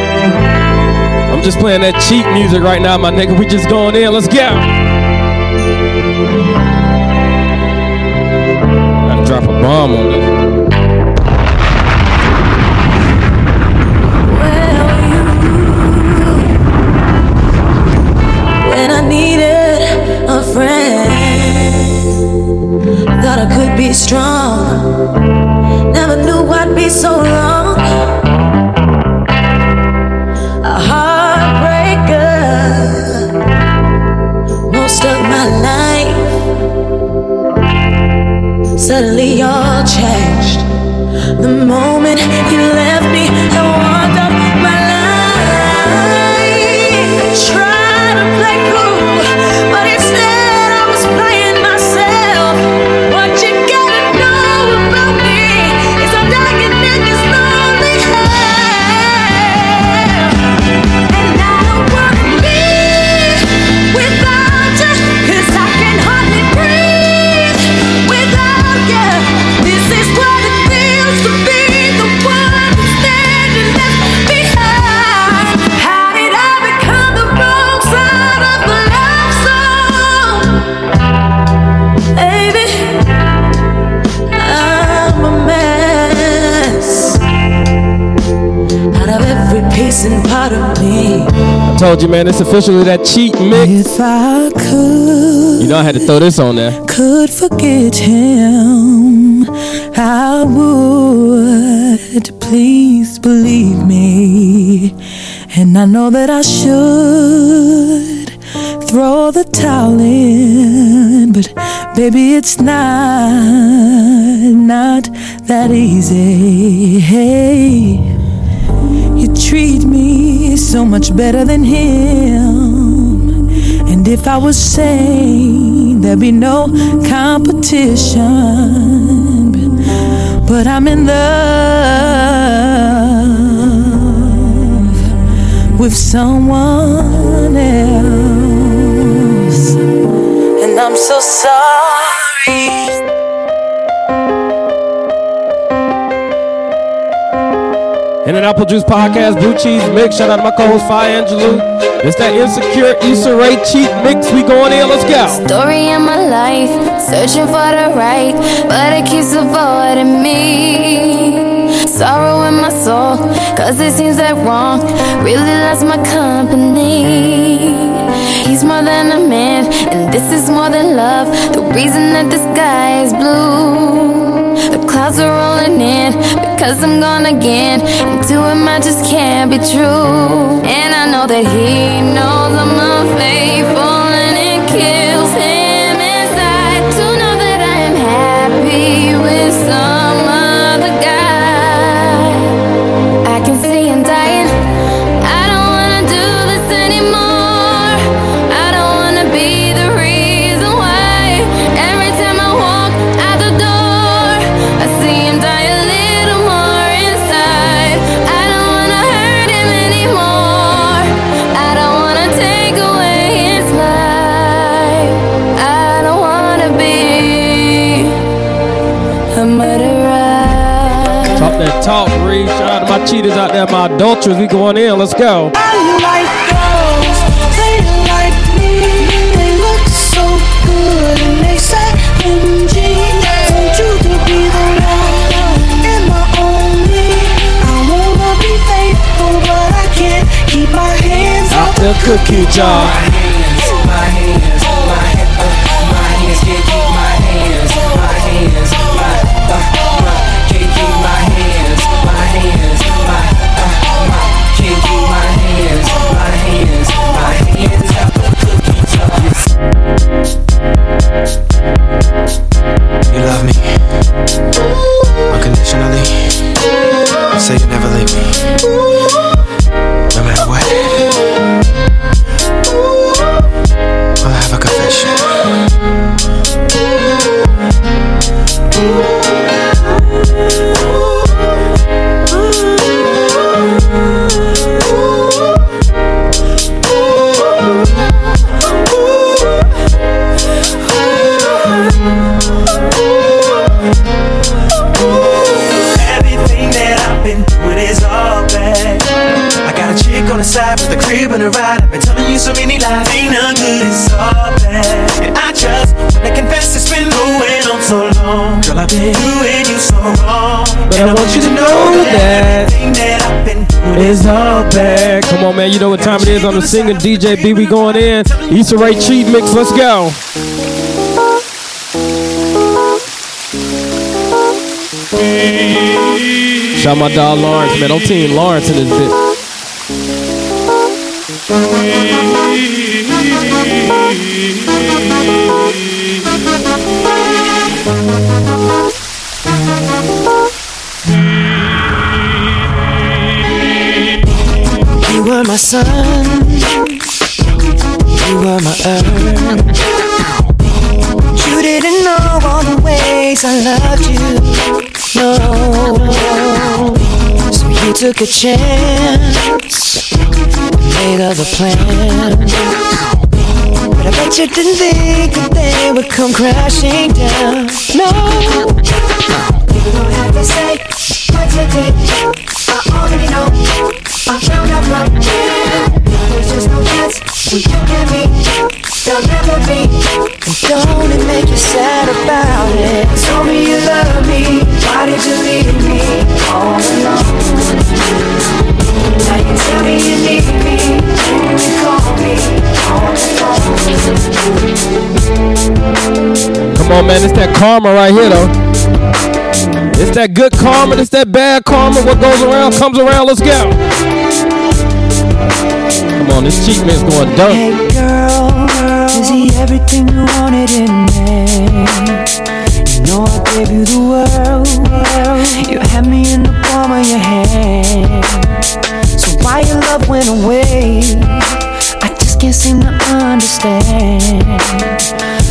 I'm just playing that cheat music right now, my nigga. We just going in. Let's go. Gotta drop a bomb on this. when I needed a friend. Thought I could be strong, never knew I'd be so wrong. A heart suddenly all changed. The moment you left me and walked up my life, I tried to play cool, but instead I was playing myself. What you gotta know about me is I'm dying in this lonely hell, and I don't wanna be without you, 'cause I can hardly breathe without you. This is what it feels to be the one standing left behind. How did I become the wrong side of the love song, baby? I'm a mess out of every piece and part of me. I told you, man, it's officially that cheat mix. If I could, you know, I had to throw this on there. could forget him, I would. Please believe me. And I know that I should throw the towel in, but baby, it's not, not that easy. Hey, you treat me so much better than him. And if I was sane, there'd be no competition. But, but I'm in love with someone else. And I'm so sorry. And an Apple Juice Podcast, Blue Cheese Mix. Shout out to my co-host Fire Angelou. It's that insecure Issa Rae cheat mix. We going in. Let's go. Story of my life, searching for the right, but it keeps avoiding me. Sorrow in my soul, cause it seems that wrong really loves my company. He's more than a man, and this is more than love. The reason that the sky is blue, the clouds are rolling in because I'm gone again. And to him, I just can't be true. And I know that he knows I'm unfaithful, and it kills him inside to know that I am happy with some other guy. I can see him dying. I don't wanna do this anymore. I don't wanna be the reason why. Every time I walk out the door, I see him die a little more inside. I don't wanna hurt him anymore. I don't wanna take away his life. I don't wanna be a murderer. Talk that talk, Reed. Shout out to my cheaters out there, my adulterers. We going in. Let's go. like girls, they like me. They look so good and they say, MG, want you to be the one and my only. I wanna be faithful, but I can't keep my hands Out the cookie jar. You love me unconditionally. Say you never leave me. No matter what. I have a confession. Everything that I've been doing is all bad. I got a chick on the side with a crib and a ride. I've been telling you so many lies, ain't none good, it's all bad. And I just wanna confess it's been going on so long. Girl, I've been doing you so wrong. But I want you to know that it's all bad. Come on, man. You know what time it is on the singing DJ B. We going in. Issa Rae cheat mix. Let's go. Shout my dog Lawrence, man. I'm team Lawrence in this bit. up. sun. You were my earth. You didn't know all the ways I loved you. No. So you took a chance. Made other plans. But I bet you didn't think that they would come crashing down. No. You don't have to say what you did. I already know. I found out right now. There's just no chance when you and me. There'll never be. And don't it make you sad about it? Tell me you love me. Why did you leave me all alone? Now you tell me you need me. Only call me on the phone. Come on, man. It's that karma right here, though. It's that good karma. It's that bad karma. What goes around comes around. Let's go. Come on, this cheat man's going Hey dumb. girl, is he everything you wanted in me? You know I gave you the world. You had me in the palm of your hand. So why your love went away? I just can't seem to understand.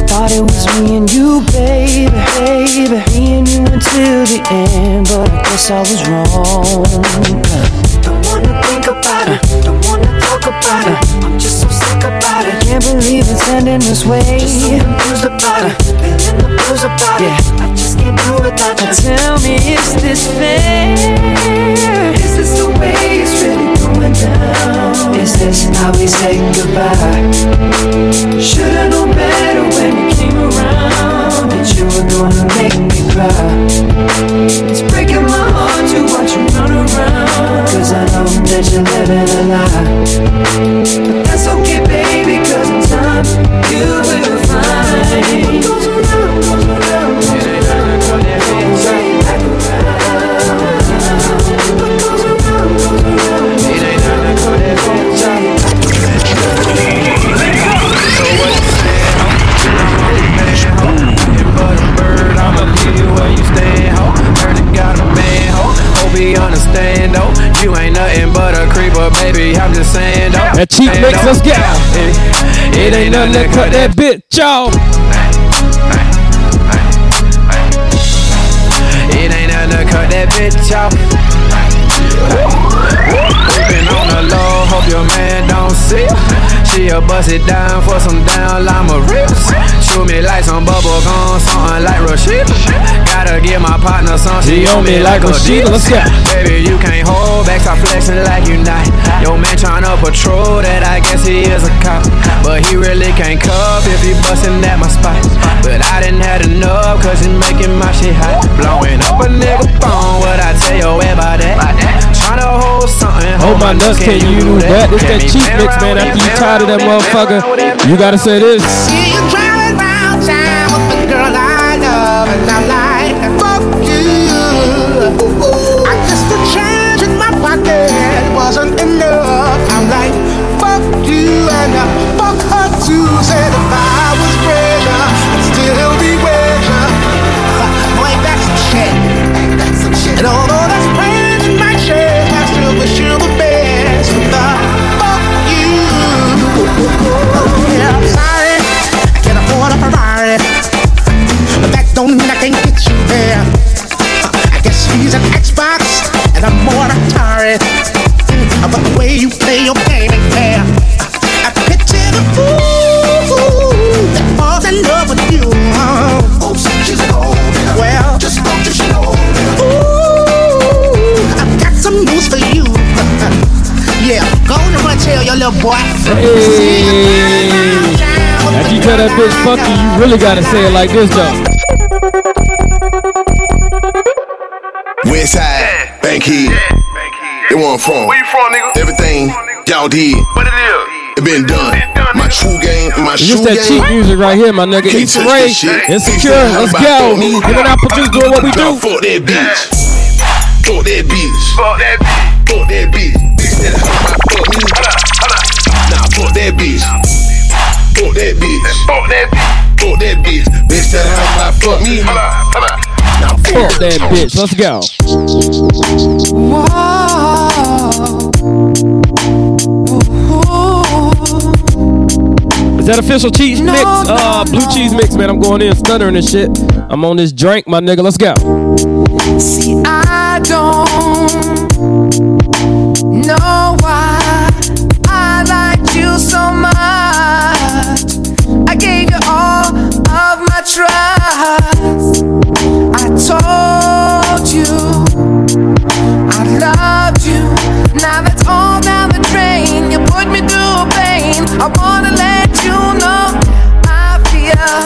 Thought it was me and you, baby, baby. Me and you until the end, but I guess I was wrong. Don't wanna think about it. Don't wanna talk about it. I'm just so sick about it. Can't believe it's ending this way. Just so confused about it. Feeling the blues about it. I just can't do without you. Tell me, is this fair? Is this the way it's really going down? Is this how we say goodbye? Should've known better when you came around that you were gonna make me cry. It's breaking my heart to watch you run around. Cause I know that you're living a lie. But that's okay, baby, cause in time you will find. What goes around, goes around, goes around. Comes right back around. What goes around, goes around. Comes right back Be understand though, you ain't nothing but a creeper, baby. I'm just saying though. That cheat Saying, mix, though. let's get It, it ain't nothing to cut that bitch off. It ain't nothing to cut that bitch off. Been on the low, hope your man don't see. She'll bust it down for some down llama rips. Chew me like some bubble gum, something like Rashida. Gotta give my partner some. She on me like Rashida, let's go. Baby, you can't hold back, stop flexing like you not. Yo, man tryna patrol that, I guess he is a cop. But he really can't cuff if he bustin' at my spot. But I didn't had enough, cause he making my shit hot. Blowing up a nigga phone, what I tell yo about that? Tryna hold something, Oh my nuts, can you do that? It's that cheat mix, man. After you tired of that motherfucker, you gotta say this. See you driving round town with the girl I love and I like. Fuck you. I guess the change in my pocket wasn't enough. I'm like, fuck you and I fuck her too. Said if I was greater, I'd still be richer. Boy, that's some shit. That's some shit. And although that's pain in my chest, I still wish you the best. With the fuck you. Yeah, I'm sorry. I can't afford a Ferrari. But that don't mean I can't get you there. I guess she's an Xbox and I'm more an Atari. But the way you play your game ain't fair. I picture the fool that falls in love with you. Oh, she's an old Well, just don't you know. Ooh, I've got some news for you. yeah, go to run tell your little boy. Hey. After you tell that bitch fuck you, you really gotta say it like this, though. Westside, Bank Heat. They want from. Where you from, nigga? Everything y'all did. What it is? It been done. My true game, my It's shoe that game. cheap music right here, my nigga. Can't It's touch that Ray, shit. insecure. Can't say Let's nothing about go. me. Him and our producer doing what we do. Fuck that bitch. Fuck that bitch. Fuck that bitch. Fuck that bitch. Bitch that hot, fuck me. Nah, fuck that bitch. Fuck that bitch. Fuck that bitch. Fuck that bitch. Bitch that hot, fuck me. Nah, Fuck that bitch. Let's go. Whoa. Is that official cheese mix? Uh, blue cheese mix, man. I'm going in stuttering and shit. I'm on this drink, my nigga. Let's go. See, I don't know why I liked you so much. I gave you all of my trust. I told you I loved you. Now that's all down the drain. You put me through a pain. I wanna let you know I feel.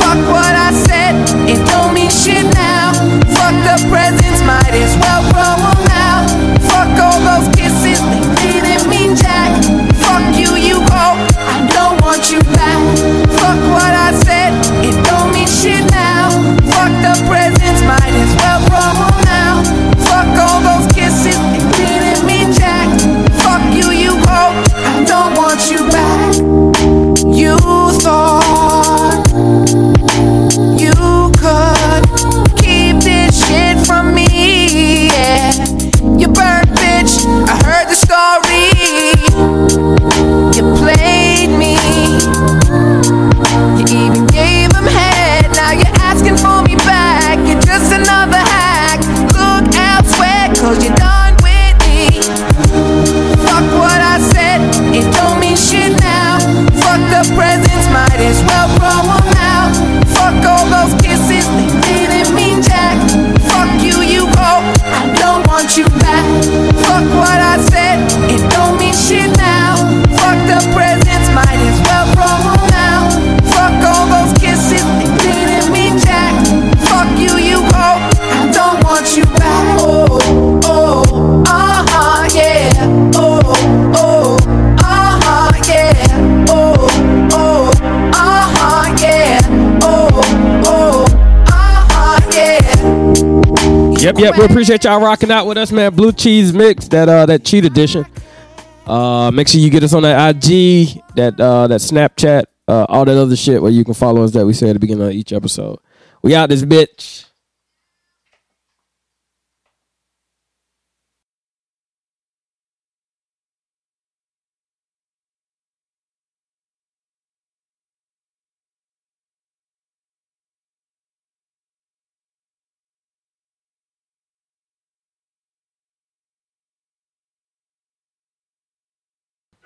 Fuck what I said, it don't mean shit now. Fuck the presents, might as well throw 'em out. Fuck all those kisses, they didn't mean jack. Fuck you, you go, I don't want you back. Fuck what I said, it don't mean shit now. Fuck the presents, might as well throw 'em out. Fuck all those kisses, they didn't mean jack. Fuck you, you go, I don't want you back. You thought. You could keep this shit from me. Yeah. You burnt bitch. I heard the story. You played me. You even gave him head. Now you're asking for me back. You're just another hack. Look elsewhere, cause you're done with me. Fuck what I said, it don't mean shit now. Fuck the presents, might as well throw 'em out. Fuck all those kisses, they didn't mean jack. Fuck you, you go, I don't want you back. Fuck what I said, it don't mean shit now. Fuck the presents, might as well throw 'em out. Fuck all those kisses, they didn't mean jack. Fuck you, you go, I don't want you back. Oh, oh, uh huh, yeah. Oh, oh, uh huh, yeah. Oh, oh, uh huh, yeah. Oh, oh, uh huh, yeah. Yep, yep. We appreciate y'all rocking out with us, man. Blue cheese mix, that uh, that cheat edition. Uh, make sure you get us on that IG, that uh, that Snapchat, uh, all that other shit where you can follow us that we say at the beginning of each episode. We out this bitch.